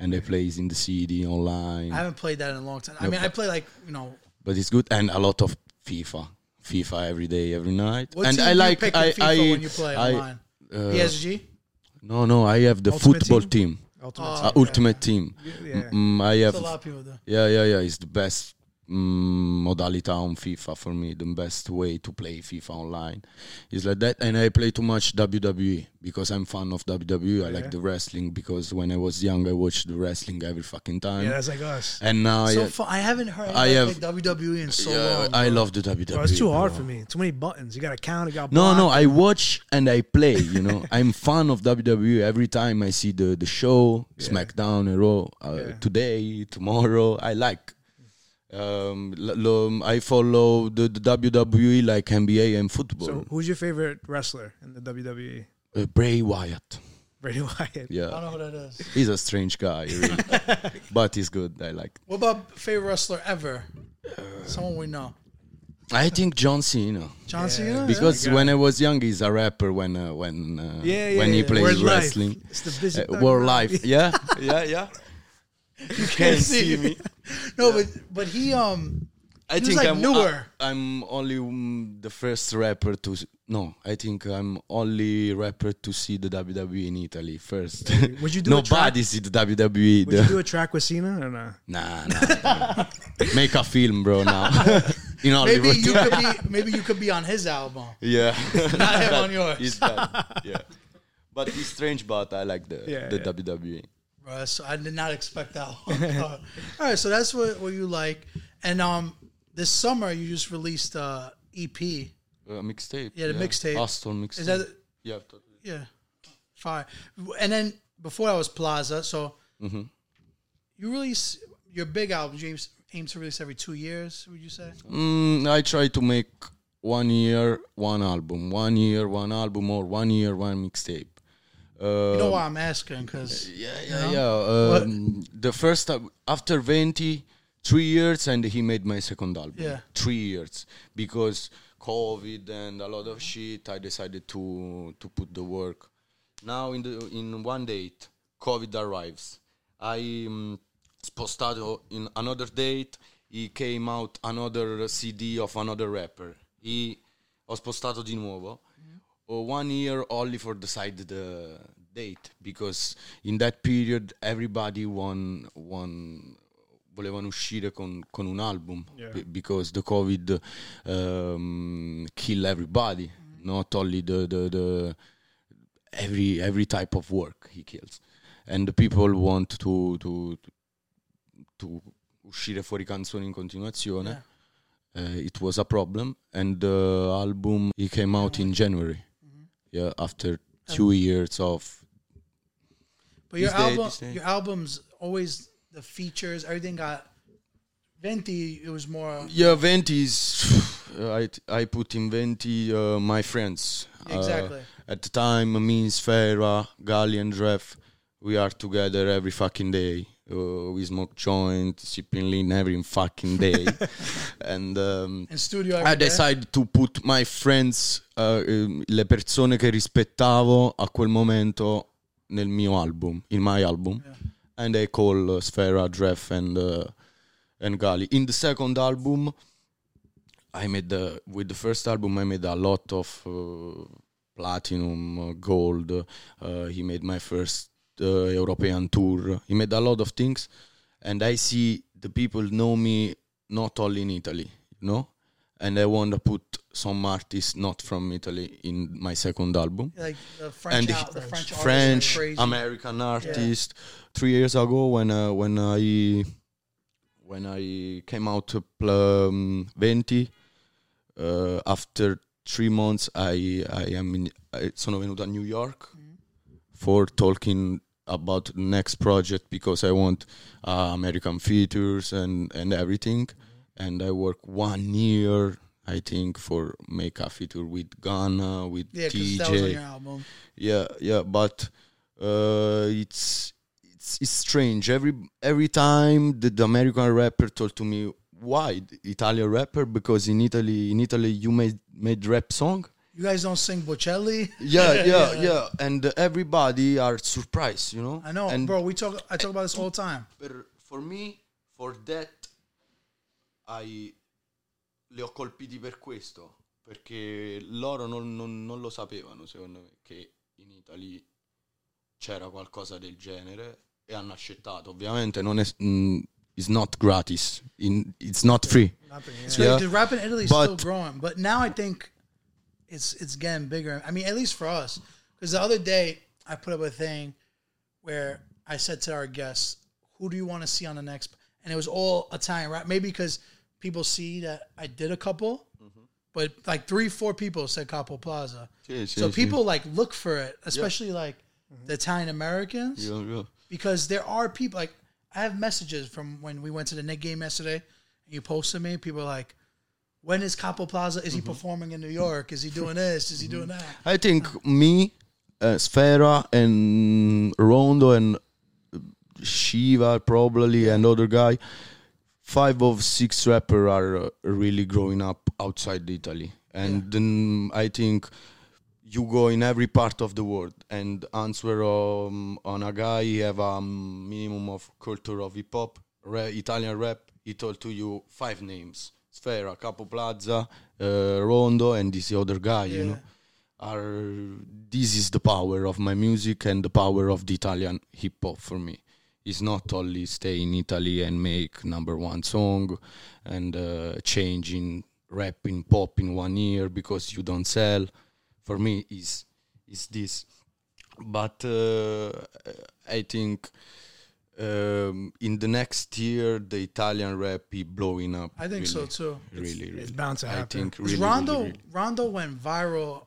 [SPEAKER 1] and I play in the city online.
[SPEAKER 2] I haven't played that in a long time. I mean, I play like you know.
[SPEAKER 1] but it's good and a lot of FIFA. FIFA every day, every night.
[SPEAKER 2] What
[SPEAKER 1] and
[SPEAKER 2] team
[SPEAKER 1] I
[SPEAKER 2] do you
[SPEAKER 1] like
[SPEAKER 2] pick in
[SPEAKER 1] I
[SPEAKER 2] FIFA
[SPEAKER 1] I,
[SPEAKER 2] when you play
[SPEAKER 1] I-
[SPEAKER 2] online?
[SPEAKER 1] uh,
[SPEAKER 2] PSG.
[SPEAKER 1] no no I have the
[SPEAKER 3] Ultimate
[SPEAKER 1] football
[SPEAKER 3] team?
[SPEAKER 1] team,
[SPEAKER 3] Ultimate.
[SPEAKER 2] Oh,
[SPEAKER 1] uh,
[SPEAKER 2] okay.
[SPEAKER 1] ultimate team.
[SPEAKER 3] Team. Yeah.
[SPEAKER 1] Mm, I have
[SPEAKER 2] That's a lot of people do.
[SPEAKER 1] Yeah, yeah, yeah. It's the best mm, modalità on FIFA for me. The best way to play FIFA online is like that. And I play too much WWE because I'm fan of WWE. I like
[SPEAKER 3] Yeah.
[SPEAKER 1] the wrestling because when I was young, I watched the wrestling every fucking time.
[SPEAKER 3] Yeah, that's like us.
[SPEAKER 1] And now
[SPEAKER 2] so
[SPEAKER 1] I,
[SPEAKER 2] fun. I haven't heard
[SPEAKER 1] I
[SPEAKER 2] anybody
[SPEAKER 1] have-
[SPEAKER 2] play WWE in so
[SPEAKER 1] yeah,
[SPEAKER 2] long.
[SPEAKER 1] I
[SPEAKER 2] bro.
[SPEAKER 1] love the WWE.
[SPEAKER 3] Bro, it's too hard
[SPEAKER 1] bro.
[SPEAKER 3] for me. Too many buttons. You got to count. You got
[SPEAKER 1] No, no, I watch and I play. You know, I'm fan of WWE. Every time I see the the show, SmackDown and Raw, uh,
[SPEAKER 3] Yeah.
[SPEAKER 1] today, tomorrow, I like. Um, l- l- I follow the, the WWE like NBA and football.
[SPEAKER 3] So, who's your favorite wrestler in the WWE?
[SPEAKER 1] uh, Bray Wyatt,
[SPEAKER 3] Bray Wyatt.
[SPEAKER 2] I
[SPEAKER 1] yeah,
[SPEAKER 2] don't know who that is.
[SPEAKER 1] he's a strange guy, really. but he's good. I like.
[SPEAKER 2] What about favorite wrestler ever? Someone we know.
[SPEAKER 1] I think John Cena
[SPEAKER 2] John Cena.
[SPEAKER 1] because
[SPEAKER 3] yeah.
[SPEAKER 1] when I was young, he's a rapper. When uh, when uh,
[SPEAKER 3] Yeah, yeah,
[SPEAKER 1] when he
[SPEAKER 3] yeah.
[SPEAKER 1] plays
[SPEAKER 3] Word Life.
[SPEAKER 1] wrestling,
[SPEAKER 3] It's the busy
[SPEAKER 1] uh, World
[SPEAKER 3] third
[SPEAKER 1] Life. Yeah, yeah, yeah. You can't see me.
[SPEAKER 2] yeah. no, but but he um
[SPEAKER 1] I
[SPEAKER 2] was,
[SPEAKER 1] think
[SPEAKER 2] like,
[SPEAKER 1] I'm
[SPEAKER 2] newer.
[SPEAKER 1] I, am only um, the first rapper to s- no. I think I'm only rapper to see the WWE in Italy first.
[SPEAKER 3] Would you do a track-
[SPEAKER 1] Nobody see the WWE.
[SPEAKER 3] Would you
[SPEAKER 1] the-
[SPEAKER 3] do a track with Cena or not?
[SPEAKER 1] nah, nah. nah. Make a film, bro. Now in
[SPEAKER 2] maybe
[SPEAKER 1] Hollywood.
[SPEAKER 2] you could be maybe you could be on his album.
[SPEAKER 1] Yeah,
[SPEAKER 2] Not him on yours.
[SPEAKER 1] It's done. Yeah, but it's strange. But I like the
[SPEAKER 3] Yeah,
[SPEAKER 1] the E.
[SPEAKER 3] yeah.
[SPEAKER 1] WWE.
[SPEAKER 2] Bruh, so I did not expect that one. All right, so that's what, what you like. And um this summer you just released uh EP.
[SPEAKER 1] Uh, mixtape.
[SPEAKER 2] Yeah, the mixtape.
[SPEAKER 1] Aston mixtape.
[SPEAKER 2] Is that
[SPEAKER 1] yeah? Totally.
[SPEAKER 2] yeah. Fire. And then before that was Plaza, so
[SPEAKER 1] Mm-hmm.
[SPEAKER 2] you release your big album, James aims to release every two years, would you say?
[SPEAKER 1] Mm, I try to make one year one album, one year one album, or one year one mixtape. Uh,
[SPEAKER 2] You know why I'm asking? Because
[SPEAKER 1] yeah, yeah, yeah. Um, the first al- after Venti, three years, and he made my second album.
[SPEAKER 2] Yeah.
[SPEAKER 1] three years because COVID and a lot of shit. I decided to to put the work. Now in the in one date, COVID arrives. I um, spostato in another date. He came out another CD of another rapper. He ho spostato di nuovo. Oh, one year only for decide the date because in that period everybody won won volevano uscire con, con un album be- because the covid um, kill everybody not only the, the, the every every type of work he kills and the people want to to, to uscire fuori canzoni in continuazione Uh, it was a problem and the album it came out in January yeah after two years of
[SPEAKER 2] But your
[SPEAKER 1] These days-
[SPEAKER 2] album,
[SPEAKER 1] these days.
[SPEAKER 2] your albums, always the features, everything got venti. It was more
[SPEAKER 1] yeah Venti's I, I put in Venti uh, my friends Uh,
[SPEAKER 2] Exactly.
[SPEAKER 1] at the time means Fera Gali and Ref we are together every fucking day uh, we smoke joint sipping lean every fucking day and um,
[SPEAKER 2] in studio. every
[SPEAKER 1] I
[SPEAKER 2] day.
[SPEAKER 1] decided to put my friends, uh, ehm, le persone che rispettavo a quel momento nel mio album, in my album. And I call uh, Sfera, Dref and, uh, and Gali. In the second album, I made the, with the first album, I made a lot of uh, platinum, uh, gold. Uh, he made my first uh, European tour. He made a lot of things. And I see the people know me not only in Italy, you know? And I want to put some artists not from Italy in my second album.
[SPEAKER 2] like the French,
[SPEAKER 1] and
[SPEAKER 2] out, the French, artists
[SPEAKER 1] French,
[SPEAKER 2] are crazy.
[SPEAKER 1] American artist. Three years ago, when uh, when I when I came out to pl- um, Venti, uh, after three months, I I am in, I sono venuto a New York
[SPEAKER 2] Mm-hmm.
[SPEAKER 1] for talking about next project because I want uh, American features and and everything,
[SPEAKER 2] Mm-hmm.
[SPEAKER 1] and I work one year. I think for make a feature with Ghana, with
[SPEAKER 2] yeah, because
[SPEAKER 1] TJ
[SPEAKER 2] that was on your album.
[SPEAKER 1] yeah yeah but uh it's it's, it's strange every every time the, the american rapper told to me why the italian rapper because in italy in italy you made made rap song
[SPEAKER 2] You guys don't sing Bocelli.
[SPEAKER 1] yeah yeah yeah, and everybody are surprised you know
[SPEAKER 2] I know,
[SPEAKER 1] and
[SPEAKER 2] bro. We talk. I talk about this all the time.
[SPEAKER 1] per- for me for that I li ho colpiti per questo perché loro non, non- non lo sapevano secondo me che in Italy c'era qualcosa del genere e hanno accettato ovviamente non è mm, it's not gratis in, it's not free
[SPEAKER 3] Nothing. Yeah.
[SPEAKER 2] So
[SPEAKER 1] Yeah.
[SPEAKER 2] the rap in Italy is
[SPEAKER 1] But-
[SPEAKER 2] still growing, but now I think it's it's getting bigger. I mean, at least for us, because the other day I put up a thing where I said to our guests, "Who do you want to see on the next?" And it was all Italian rap. Maybe because people see that I did a couple,
[SPEAKER 1] Mm-hmm.
[SPEAKER 2] but like three, four people said Capo Plaza.
[SPEAKER 1] Sì, sì,
[SPEAKER 2] so
[SPEAKER 1] sì.
[SPEAKER 2] people like look for it, especially like the Italian Americans
[SPEAKER 1] Yeah, yeah.
[SPEAKER 2] because there are people like I have messages from when we went to the Nick game yesterday and you posted me. People are like, when is Capo Plaza?
[SPEAKER 1] Mm-hmm.
[SPEAKER 2] Is he performing in New York? Is he doing this? Is he doing that?
[SPEAKER 1] I think me, uh, Sfera, and Rondo, and Shiva probably, and other guy five of six rapper are uh, really growing up outside Italy, and then I think you go in every part of the world and answer um, on a guy you have a minimum of culture of hip hop, ra- Italian rap. He told to you five names: Sfera, Capo Plaza, uh, Rondo, and this other guy. You know, are this is the power of my music and the power of the Italian hip hop for me. It's not only stay in Italy and make number one song and uh, change in rap in pop in one year because you don't sell. For me, is is this, but uh, I think um, in the next year the Italian rap is blowing up.
[SPEAKER 2] I think so
[SPEAKER 1] really,
[SPEAKER 2] too.
[SPEAKER 1] Really, really,
[SPEAKER 3] it's bound to
[SPEAKER 1] I
[SPEAKER 3] happen.
[SPEAKER 1] think
[SPEAKER 2] 'Cause
[SPEAKER 1] really, really,
[SPEAKER 2] Rondo
[SPEAKER 1] really.
[SPEAKER 2] Rondo went viral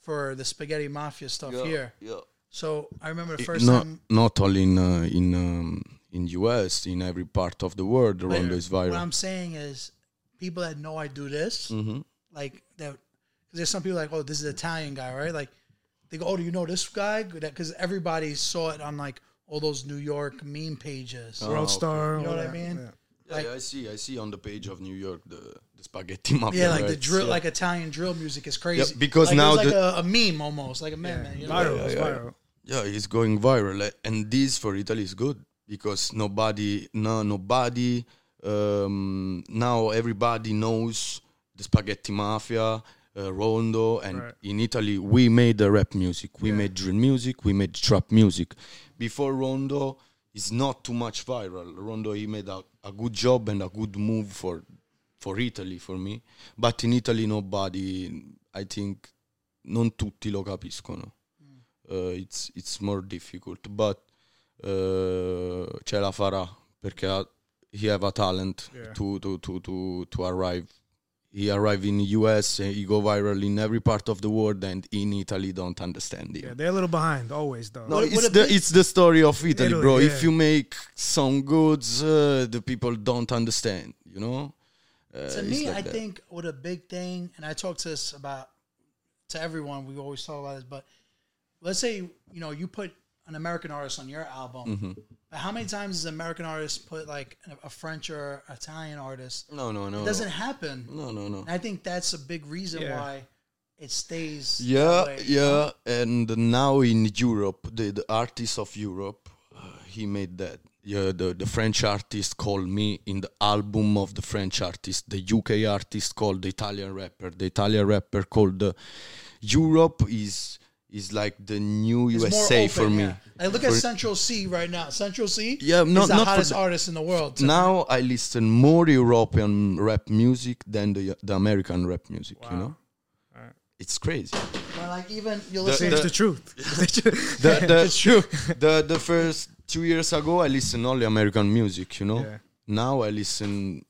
[SPEAKER 2] for the spaghetti mafia stuff here.
[SPEAKER 1] yeah.
[SPEAKER 2] So I remember the first
[SPEAKER 1] not,
[SPEAKER 2] time
[SPEAKER 1] not only in uh, in um, in US, in every part of the world, Rondo is
[SPEAKER 2] What
[SPEAKER 1] viral.
[SPEAKER 2] I'm saying is, people that know I do this,
[SPEAKER 1] Mm-hmm.
[SPEAKER 2] like that, because there's some people like, oh, this is an Italian guy, right? Like, they go, oh, do you know this guy? Because everybody saw it on like all those New York meme pages.
[SPEAKER 1] Oh,
[SPEAKER 3] World star.
[SPEAKER 2] You know
[SPEAKER 3] all
[SPEAKER 2] what I
[SPEAKER 3] that,
[SPEAKER 2] mean?
[SPEAKER 3] yeah.
[SPEAKER 1] Yeah,
[SPEAKER 2] Like-
[SPEAKER 1] yeah, I see. I see on the page of New York the, the spaghetti mafia.
[SPEAKER 2] Yeah, like the
[SPEAKER 1] rats,
[SPEAKER 2] drill,
[SPEAKER 1] yeah.
[SPEAKER 2] like Italian drill music is crazy.
[SPEAKER 1] because
[SPEAKER 2] Like,
[SPEAKER 1] now
[SPEAKER 2] it's like a, a meme almost, like a meme. you know?
[SPEAKER 3] Viral, it's viral.
[SPEAKER 1] yeah, it's going viral, eh, and this for Italy is good because nobody, no, nobody. Um, now everybody knows the spaghetti mafia, uh, rondo, and
[SPEAKER 3] Right.
[SPEAKER 1] in Italy we made the rap music, we made drill music, we made trap music. Before rondo is not too much viral. Rondo he made a, a good job and a good move for for Italy for me, but in Italy nobody, I think, non tutti lo capiscono. eh, it's, it's more difficult, but eh, ce la farà perché ha, he have a talent
[SPEAKER 3] Yeah.
[SPEAKER 1] to, to, to, to, to arrive. He arrive in US, eh, he go viral in every part of the world, and in Italy don't understand him.
[SPEAKER 3] Yeah, they're a little behind always though.
[SPEAKER 1] No,
[SPEAKER 2] What-
[SPEAKER 1] it's
[SPEAKER 2] what a
[SPEAKER 1] the
[SPEAKER 2] big-
[SPEAKER 1] it's the story of Italy,
[SPEAKER 3] Italy,
[SPEAKER 1] bro.
[SPEAKER 3] yeah.
[SPEAKER 1] If you make some goods, uh, the people don't understand. You know. Uh,
[SPEAKER 2] to
[SPEAKER 1] it's
[SPEAKER 2] me,
[SPEAKER 1] like
[SPEAKER 2] I
[SPEAKER 1] that.
[SPEAKER 2] think what a big thing, and I talk to this about to everyone. We always talk about this, but let's say you know you put an American artist on your album.
[SPEAKER 1] Mm-hmm.
[SPEAKER 2] But how many times does an American artist put like a- a French or Italian artist?
[SPEAKER 1] no, no, no,
[SPEAKER 2] It doesn't happen.
[SPEAKER 1] no, no, no.
[SPEAKER 2] And I think that's a big reason
[SPEAKER 3] Yeah.
[SPEAKER 2] why it stays. that
[SPEAKER 1] Yeah,
[SPEAKER 2] way.
[SPEAKER 1] yeah, and now in Europe, the, the artist of Europe, uh, he made that. Yeah, the, the French artist called me in the album of the French artist. The UK artist called the Italian rapper. The Italian rapper called the Europe is is like the new
[SPEAKER 2] It's more
[SPEAKER 1] USA
[SPEAKER 2] open,
[SPEAKER 1] for me.
[SPEAKER 2] yeah. Like look at Central C right now. Central C
[SPEAKER 1] Yeah, not-
[SPEAKER 2] is the
[SPEAKER 1] not for
[SPEAKER 2] hottest
[SPEAKER 1] the-
[SPEAKER 2] artist in the world. to
[SPEAKER 1] now I listen more European rap music than the the American rap music. You know, it's crazy.
[SPEAKER 2] me. Or, like even you
[SPEAKER 1] The-
[SPEAKER 2] listen
[SPEAKER 3] It's the truth.
[SPEAKER 1] The, the, true. The the first two years ago, I listened only American music. You know,
[SPEAKER 3] Yeah.
[SPEAKER 1] now I listen,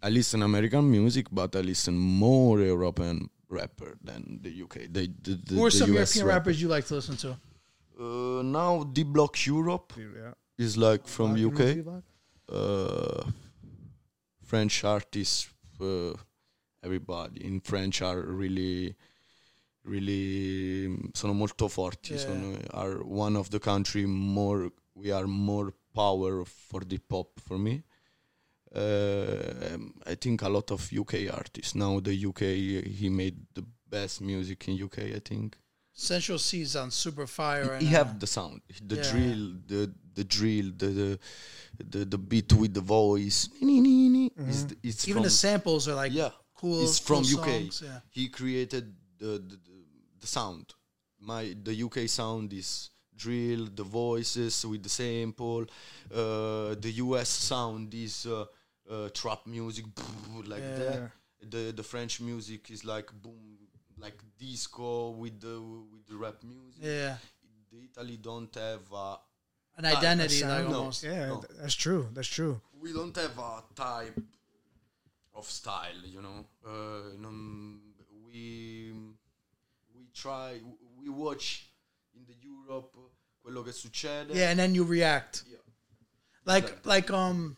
[SPEAKER 1] I listen American music, but I listen more European rapper than the UK. The, the, the,
[SPEAKER 2] who are
[SPEAKER 1] the
[SPEAKER 2] some
[SPEAKER 1] US
[SPEAKER 2] European
[SPEAKER 1] rap.
[SPEAKER 2] rappers you like to listen to?
[SPEAKER 1] Uh, now D Block Europe
[SPEAKER 3] yeah.
[SPEAKER 1] is like from
[SPEAKER 3] You know
[SPEAKER 1] UK.
[SPEAKER 3] G-Block?
[SPEAKER 1] uh, French artists, uh, everybody in French are really, really mm, sono molto forti.
[SPEAKER 2] Yeah.
[SPEAKER 1] Sono, are one of the country more we are more power for the pop for me. Uh, um, I think a lot of UK artists now. The UK he made the best music in UK. I think
[SPEAKER 2] Central C is on super fire uh, right
[SPEAKER 1] he
[SPEAKER 2] now.
[SPEAKER 1] have the sound, the
[SPEAKER 2] Yeah.
[SPEAKER 1] drill, the the drill, the the the, the beat with the voice. Ni- ni- ni- ni. It's, th- it's
[SPEAKER 2] Mm-hmm.
[SPEAKER 1] from,
[SPEAKER 2] even the samples are like
[SPEAKER 1] yeah,
[SPEAKER 2] cool.
[SPEAKER 1] It's from
[SPEAKER 2] cool
[SPEAKER 1] UK.
[SPEAKER 2] songs, Yeah.
[SPEAKER 1] He created the, the the- the sound. My the UK sound is drill, the voices with the sample. Uh, the US sound is uh, uh, trap music like that. The the French music is like boom, like disco with the with the rap music
[SPEAKER 2] Yeah.
[SPEAKER 1] the Italy don't have a,
[SPEAKER 2] An identity,
[SPEAKER 3] sound,
[SPEAKER 2] like
[SPEAKER 1] no.
[SPEAKER 2] almost.
[SPEAKER 3] Yeah,
[SPEAKER 1] No.
[SPEAKER 3] th- that's true. That's true.
[SPEAKER 1] we don't have a type of style, you know. Uh, non- we we try we watch in the Europe quello che succede.
[SPEAKER 2] Yeah, and then you react.
[SPEAKER 1] Yeah.
[SPEAKER 2] Like like um,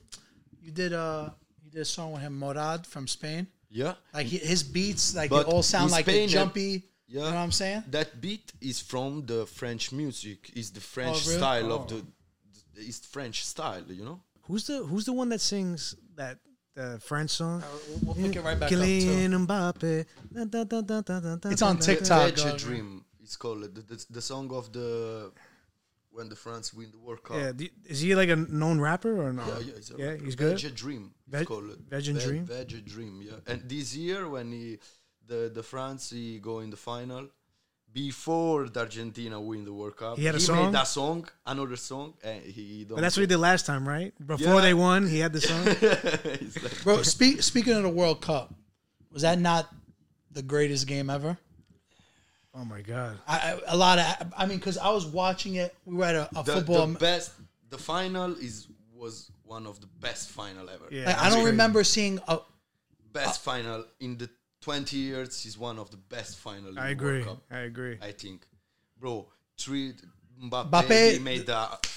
[SPEAKER 2] you did uh you did a song with him Morad from Spain.
[SPEAKER 1] Yeah.
[SPEAKER 2] Like he, his beats, like
[SPEAKER 1] But
[SPEAKER 2] they all
[SPEAKER 1] in
[SPEAKER 2] sound like
[SPEAKER 1] Spain,
[SPEAKER 2] they're
[SPEAKER 1] it-
[SPEAKER 2] jumpy.
[SPEAKER 1] Yeah.
[SPEAKER 2] You know what I'm saying?
[SPEAKER 1] That beat is from the French music. Is the French
[SPEAKER 2] Oh, really?
[SPEAKER 1] style of the, the is French style, you know?
[SPEAKER 3] Who's the Who's the one that sings that the French song?
[SPEAKER 2] Uh, we'll we'll pick it right back up too.
[SPEAKER 3] Kylian Mbappe. Da, da, da, da, da, da, da,
[SPEAKER 2] It's on
[SPEAKER 3] da.
[SPEAKER 1] Ca-
[SPEAKER 2] TikTok,
[SPEAKER 1] Catch a
[SPEAKER 2] uh,
[SPEAKER 1] dream. It's called the, the, the song of the when the France win the World Cup.
[SPEAKER 3] Yeah, do- is he like a known rapper or no?
[SPEAKER 1] Yeah, yeah, he's, a
[SPEAKER 3] Yeah,
[SPEAKER 1] rapper.
[SPEAKER 3] he's good?
[SPEAKER 1] Veg a dream.
[SPEAKER 3] Veg-
[SPEAKER 1] it's called
[SPEAKER 3] Veg and Dream?
[SPEAKER 1] Veg a dream. Yeah, and this year when he the the France he go in the final before the Argentina win the World Cup,
[SPEAKER 3] He had a
[SPEAKER 1] made
[SPEAKER 3] song?
[SPEAKER 1] that song, another song, and he, he don't.
[SPEAKER 3] But that's what he did last time, right? Before
[SPEAKER 1] Yeah.
[SPEAKER 3] they won, he had the song.
[SPEAKER 1] He's like,
[SPEAKER 2] Bro, speak, speaking of the World Cup, was that not the greatest game ever?
[SPEAKER 3] oh my god!
[SPEAKER 2] I, I, a lot of, I mean, because I was watching it. We were at a, a
[SPEAKER 1] the,
[SPEAKER 2] football.
[SPEAKER 1] the best. The final is was one of the best final ever.
[SPEAKER 3] Yeah,
[SPEAKER 2] like, I
[SPEAKER 3] that's
[SPEAKER 2] don't
[SPEAKER 3] crazy.
[SPEAKER 2] remember seeing a.
[SPEAKER 1] Best final in the twenty years is one of the best final. in
[SPEAKER 3] I
[SPEAKER 1] the
[SPEAKER 3] agree.
[SPEAKER 1] World Cup.
[SPEAKER 3] I agree.
[SPEAKER 1] I think, bro. Three Mbappe,
[SPEAKER 2] Mbappe-
[SPEAKER 1] he made that.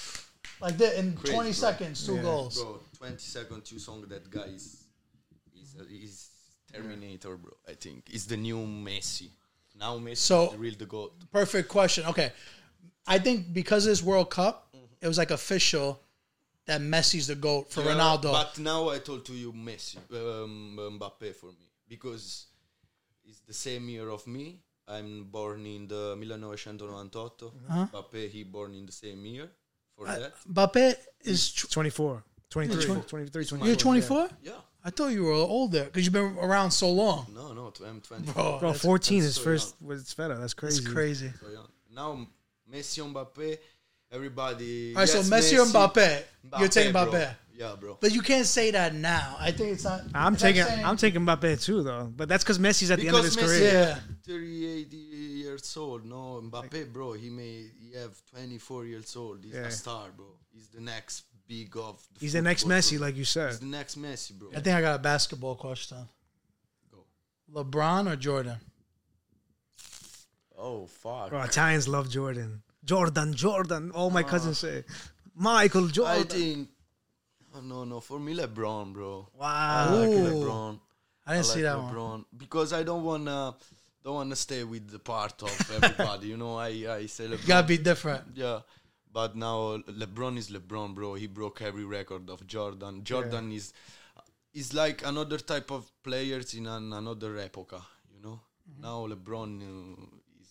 [SPEAKER 2] Like that in
[SPEAKER 1] Crazy,
[SPEAKER 2] 20
[SPEAKER 1] bro.
[SPEAKER 2] seconds, two
[SPEAKER 3] Yeah.
[SPEAKER 2] goals.
[SPEAKER 1] Bro, 20 second two song that guy is is, uh, is Terminator, bro. I think is the new Messi. Now Messi
[SPEAKER 2] So-
[SPEAKER 1] is real the god.
[SPEAKER 2] Perfect question. Okay. I think because of this World Cup, it was like official that Messi's the GOAT for
[SPEAKER 1] Yeah,
[SPEAKER 2] Ronaldo.
[SPEAKER 1] But now I told to you Messi, um, Mbappe for me because it's the same year of me. I'm born in the 1998.
[SPEAKER 2] Uh-huh.
[SPEAKER 1] Mbappe he born in the same year for
[SPEAKER 2] Uh,
[SPEAKER 1] that.
[SPEAKER 2] Mbappe is.
[SPEAKER 3] Oh
[SPEAKER 2] Tw-
[SPEAKER 3] 24, 23,
[SPEAKER 2] You're
[SPEAKER 3] 23,
[SPEAKER 2] twen-
[SPEAKER 3] 24.
[SPEAKER 2] you're 24?
[SPEAKER 1] Yeah.
[SPEAKER 2] I thought you were older because you've been around so long.
[SPEAKER 1] No, no, tw- I'm 20.
[SPEAKER 2] Bro,
[SPEAKER 3] Bro,
[SPEAKER 2] that's,
[SPEAKER 3] 14
[SPEAKER 1] that's
[SPEAKER 3] is
[SPEAKER 1] so
[SPEAKER 3] first was Feta. That's crazy.
[SPEAKER 2] that's crazy.
[SPEAKER 1] So, yeah. Now Messi, Mbappe, everybody.
[SPEAKER 2] All right,
[SPEAKER 1] yes,
[SPEAKER 2] so Messi, or Mbappe? You're taking
[SPEAKER 1] bro.
[SPEAKER 2] Mbappe.
[SPEAKER 1] Yeah, bro.
[SPEAKER 2] But you can't say that now. I think it's not.
[SPEAKER 3] I'm
[SPEAKER 2] it's like
[SPEAKER 3] taking
[SPEAKER 2] saying-
[SPEAKER 3] I'm taking Mbappe too though, but that's because Messi's at the end of
[SPEAKER 1] Because
[SPEAKER 3] his
[SPEAKER 1] Messi-
[SPEAKER 3] career.
[SPEAKER 2] Yeah.
[SPEAKER 1] 38 years old. No, Mbappe, bro. He may he have 24 years old. He's
[SPEAKER 3] Yeah.
[SPEAKER 1] a star, bro. He's the next big of. The
[SPEAKER 3] He's the next
[SPEAKER 1] football,
[SPEAKER 3] Messi,
[SPEAKER 1] bro.
[SPEAKER 3] like you said.
[SPEAKER 1] He's the next Messi, bro.
[SPEAKER 2] I think I got a basketball question.
[SPEAKER 1] Go.
[SPEAKER 2] LeBron or Jordan?
[SPEAKER 1] Oh fuck.
[SPEAKER 3] Bro, Italians love Jordan. Jordan, Jordan. All my cousins say, Michael
[SPEAKER 1] I
[SPEAKER 3] Jordan.
[SPEAKER 1] think. Oh, no, no. For me, LeBron, bro. I
[SPEAKER 3] wow.
[SPEAKER 1] like
[SPEAKER 2] Ooh.
[SPEAKER 1] LeBron.
[SPEAKER 2] I didn't
[SPEAKER 1] like
[SPEAKER 2] see that
[SPEAKER 1] LeBron
[SPEAKER 2] one.
[SPEAKER 1] because I don't wanna don't wanna stay with the part of everybody. you know, I I say
[SPEAKER 2] You
[SPEAKER 1] LeBron.
[SPEAKER 2] gotta be different.
[SPEAKER 1] Yeah. But now LeBron is LeBron, bro. He broke every record of Jordan. Jordan is is like another type of players in an, another epoca, you know.
[SPEAKER 2] Mm-hmm.
[SPEAKER 1] Now LeBron uh, is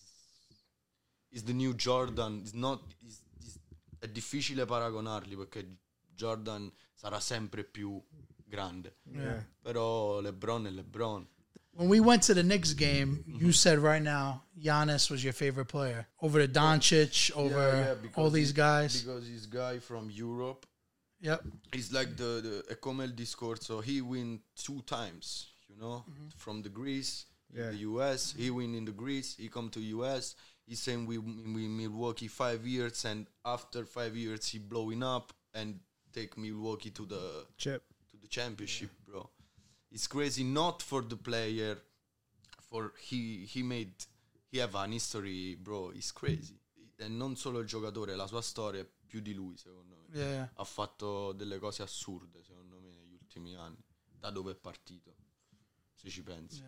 [SPEAKER 1] is the new Jordan. It's not is is- è difficile paragonarli perché Jordan sarà sempre più grande.
[SPEAKER 3] Yeah.
[SPEAKER 1] Però LeBron è LeBron.
[SPEAKER 2] When we went to the Knicks game,
[SPEAKER 1] Mm-hmm.
[SPEAKER 2] you said right now Giannis was your favorite player over the Doncic, over all
[SPEAKER 1] because
[SPEAKER 2] these
[SPEAKER 1] he-
[SPEAKER 2] guys.
[SPEAKER 1] Because he's guy from Europe
[SPEAKER 2] Yep.
[SPEAKER 1] it's like the, the è come il discorso he win two times you know from the Greece
[SPEAKER 3] Yeah.
[SPEAKER 1] in the US he win in the Greece he come to US he saying we we Milwaukee five years and after five years he blowing up and take Milwaukee to the
[SPEAKER 3] Chip.
[SPEAKER 1] to the championship bro it's crazy not for the player for he he made he have an history bro it's crazy e non solo il giocatore la sua storia è più di lui secondo me
[SPEAKER 2] Yeah.
[SPEAKER 1] ha fatto delle cose assurde, secondo me, negli ultimi anni, da dove è partito, se ci pensi.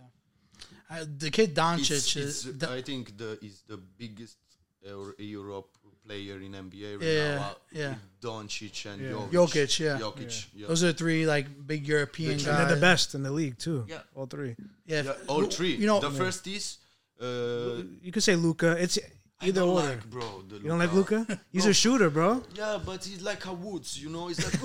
[SPEAKER 2] I, the kid
[SPEAKER 1] It's-
[SPEAKER 2] Doncic
[SPEAKER 1] it's,
[SPEAKER 2] is. the-
[SPEAKER 1] I think the, is the biggest Euro- Europe player in NBA right
[SPEAKER 2] Yeah,
[SPEAKER 1] now. uh,
[SPEAKER 2] yeah.
[SPEAKER 1] with Doncic and
[SPEAKER 3] Yeah.
[SPEAKER 1] Jokic.
[SPEAKER 2] Jokic, yeah.
[SPEAKER 1] Jokic, yeah.
[SPEAKER 2] Those are the three like big European
[SPEAKER 1] The
[SPEAKER 3] And they're
[SPEAKER 2] guys.
[SPEAKER 3] the best in the league too.
[SPEAKER 1] Yeah.
[SPEAKER 3] All three.
[SPEAKER 2] Yeah.
[SPEAKER 1] Yeah, all three.
[SPEAKER 2] You know,
[SPEAKER 1] the first is... Uh,
[SPEAKER 3] You could say Luca. It's
[SPEAKER 1] I
[SPEAKER 3] either
[SPEAKER 1] don't
[SPEAKER 3] or.
[SPEAKER 1] like, bro, the
[SPEAKER 3] you don't like Luca? He's a shooter, bro.
[SPEAKER 1] Yeah, but he's like a Woods, you know. He's like,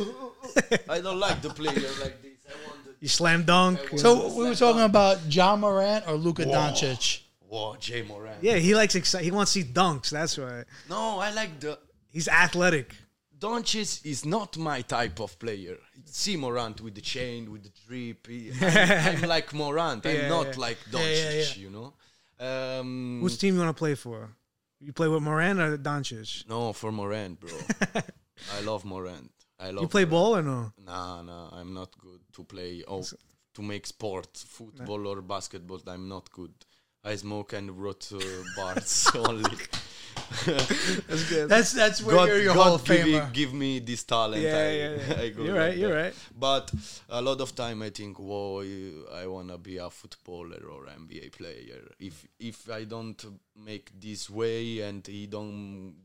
[SPEAKER 1] I don't like the player like this. I want the
[SPEAKER 3] You slam dunk.
[SPEAKER 2] so we were talking about John Morant or Luka
[SPEAKER 1] Whoa.
[SPEAKER 2] Doncic.
[SPEAKER 1] Whoa, Jay Moran.
[SPEAKER 3] yeah, he likes exci- he wants to see dunks. That's why
[SPEAKER 1] No, I like the
[SPEAKER 3] he's athletic.
[SPEAKER 1] Doncic is not my type of player. See Morant with the chain, with the drip. He- I'm, I'm like Morant. I'm
[SPEAKER 3] Yeah,
[SPEAKER 1] not
[SPEAKER 3] yeah.
[SPEAKER 1] like
[SPEAKER 2] Yeah,
[SPEAKER 1] Doncic,
[SPEAKER 2] yeah, yeah.
[SPEAKER 1] you know. Um,
[SPEAKER 2] Mm.
[SPEAKER 3] Which team you want to play for? You play with Moran or Doncic?
[SPEAKER 1] no, for Morant, bro. I love Morant. I love.
[SPEAKER 3] You play ball or no?
[SPEAKER 1] Nah, nah. I'm not good to play. Oh, to make sport, football or basketball. I'm not good. I smoke and rot uh, bars only.
[SPEAKER 3] That's good.
[SPEAKER 2] That's that's where
[SPEAKER 1] God,
[SPEAKER 2] you're your
[SPEAKER 1] God
[SPEAKER 2] Hall of
[SPEAKER 1] give, me,
[SPEAKER 2] Famer.
[SPEAKER 1] give me this talent.
[SPEAKER 3] Yeah,
[SPEAKER 1] I,
[SPEAKER 3] yeah, yeah.
[SPEAKER 1] I go
[SPEAKER 3] You're
[SPEAKER 1] like
[SPEAKER 3] right, you're
[SPEAKER 1] that.
[SPEAKER 3] right.
[SPEAKER 1] But a lot of time I think, whoa, you- I wanna be a footballer or NBA player. If if I don't make this way and he don't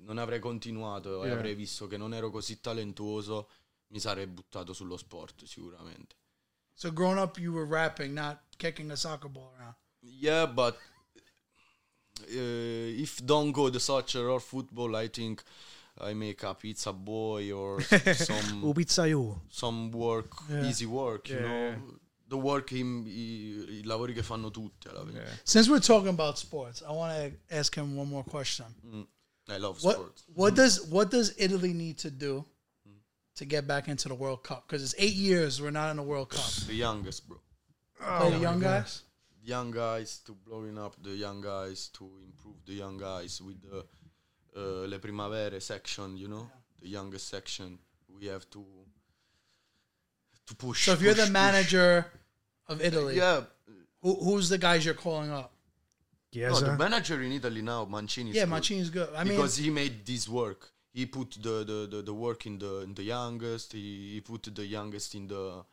[SPEAKER 1] non avrei continuato e
[SPEAKER 3] Yeah.
[SPEAKER 1] avrei visto che non ero così talentuoso, mi sarei buttato sullo sport sicuramente.
[SPEAKER 2] So growing up, you were rapping, not kicking a soccer ball around.
[SPEAKER 1] Yeah, but uh, if don't go the soccer or football, I think I make a pizza boy or s- some
[SPEAKER 3] Ubizayu.
[SPEAKER 1] some work,
[SPEAKER 2] Yeah.
[SPEAKER 1] easy work, you
[SPEAKER 3] Yeah,
[SPEAKER 1] know.
[SPEAKER 3] yeah.
[SPEAKER 1] The work in- i, i lavori che fanno tutti alla fine.
[SPEAKER 2] Since we're talking about sports, I want to ask him one more question.
[SPEAKER 1] I love
[SPEAKER 2] What
[SPEAKER 1] sports.
[SPEAKER 2] what does what does Italy need to do to get back into the World Cup? Because it's eight years we're not in the World Cup.
[SPEAKER 1] The youngest, bro. Oh,
[SPEAKER 2] Play the young guys.
[SPEAKER 1] young guys to blowing up the young guys to improve the young guys with the uh, le primavere section you know the youngest section we have to to push
[SPEAKER 2] So if you're
[SPEAKER 1] push,
[SPEAKER 2] the
[SPEAKER 1] push.
[SPEAKER 2] manager of Italy,
[SPEAKER 1] yeah
[SPEAKER 2] who, who's the guys you're calling up? Oh,
[SPEAKER 1] no, the
[SPEAKER 3] Chiesa.
[SPEAKER 1] manager in Italy now Mancini is
[SPEAKER 2] yeah,
[SPEAKER 1] good
[SPEAKER 2] Mancini's good. I mean,
[SPEAKER 1] because he made this work he put the the, the, the work in the in the youngest he, he put the youngest in the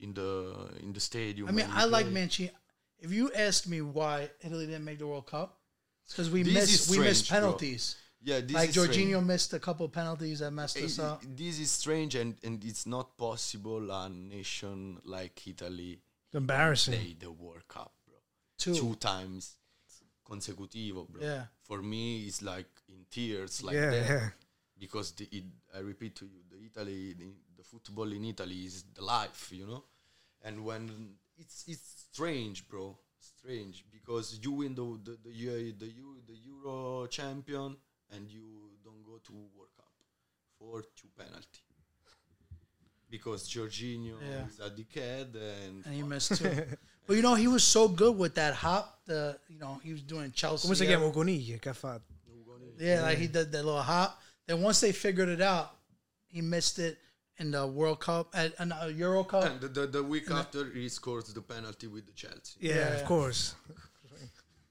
[SPEAKER 1] in the in the stadium
[SPEAKER 2] I mean,
[SPEAKER 1] when he
[SPEAKER 2] I like
[SPEAKER 1] play.
[SPEAKER 2] Mancini. If you ask me why Italy didn't make the World Cup, it's because we
[SPEAKER 1] This is
[SPEAKER 2] missed we missed
[SPEAKER 1] strange, bro.
[SPEAKER 2] penalties.
[SPEAKER 1] yeah this
[SPEAKER 2] like
[SPEAKER 1] is strange.
[SPEAKER 2] Jorginho missed a couple penalties that messed us
[SPEAKER 1] It-
[SPEAKER 2] up.
[SPEAKER 1] it- this is strange and, and it's not possible a nation like Italy
[SPEAKER 3] Embarrassing.
[SPEAKER 1] play the World Cup, bro.
[SPEAKER 2] Two.
[SPEAKER 1] Two times consecutivo, bro.
[SPEAKER 2] Yeah.
[SPEAKER 1] For me, it's like in tears, like
[SPEAKER 3] yeah,
[SPEAKER 1] that.
[SPEAKER 3] yeah.
[SPEAKER 1] Because the, it, I repeat to you, the Italy, the, the football in Italy is the life, you know. And when it's it's strange, bro, strange because you win the the the, Eu- the, Eu- the Euro champion and you don't go to World Cup for two penalty. Because Jorginho
[SPEAKER 2] Yeah.
[SPEAKER 1] is a dickhead and
[SPEAKER 2] and he missed two. but you know, he was so good with that hop. The you know he was doing Chelsea.
[SPEAKER 3] Come si
[SPEAKER 2] yeah.
[SPEAKER 3] chiama Coniglia che ha fatto?
[SPEAKER 2] Yeah, like he did that little hop. Then once they figured it out, he missed it in the World Cup and and, uh, Euro Cup.
[SPEAKER 1] And the, the, the week after he scores the penalty with the Chelsea.
[SPEAKER 3] Yeah,
[SPEAKER 2] Yeah.
[SPEAKER 3] of course.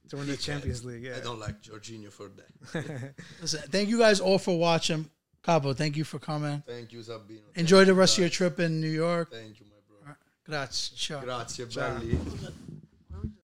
[SPEAKER 3] to win the Champions League, yeah.
[SPEAKER 1] I don't like Jorginho for that.
[SPEAKER 2] Listen, thank you guys all for watching. Capo, thank you for coming.
[SPEAKER 1] Thank you, Sabino.
[SPEAKER 2] Enjoy
[SPEAKER 1] Thank
[SPEAKER 2] the
[SPEAKER 1] you,
[SPEAKER 2] rest of your
[SPEAKER 1] guys.
[SPEAKER 2] trip in New York.
[SPEAKER 1] Thank you, my brother.
[SPEAKER 2] Grazie. Ciao.
[SPEAKER 1] Grazie, belli.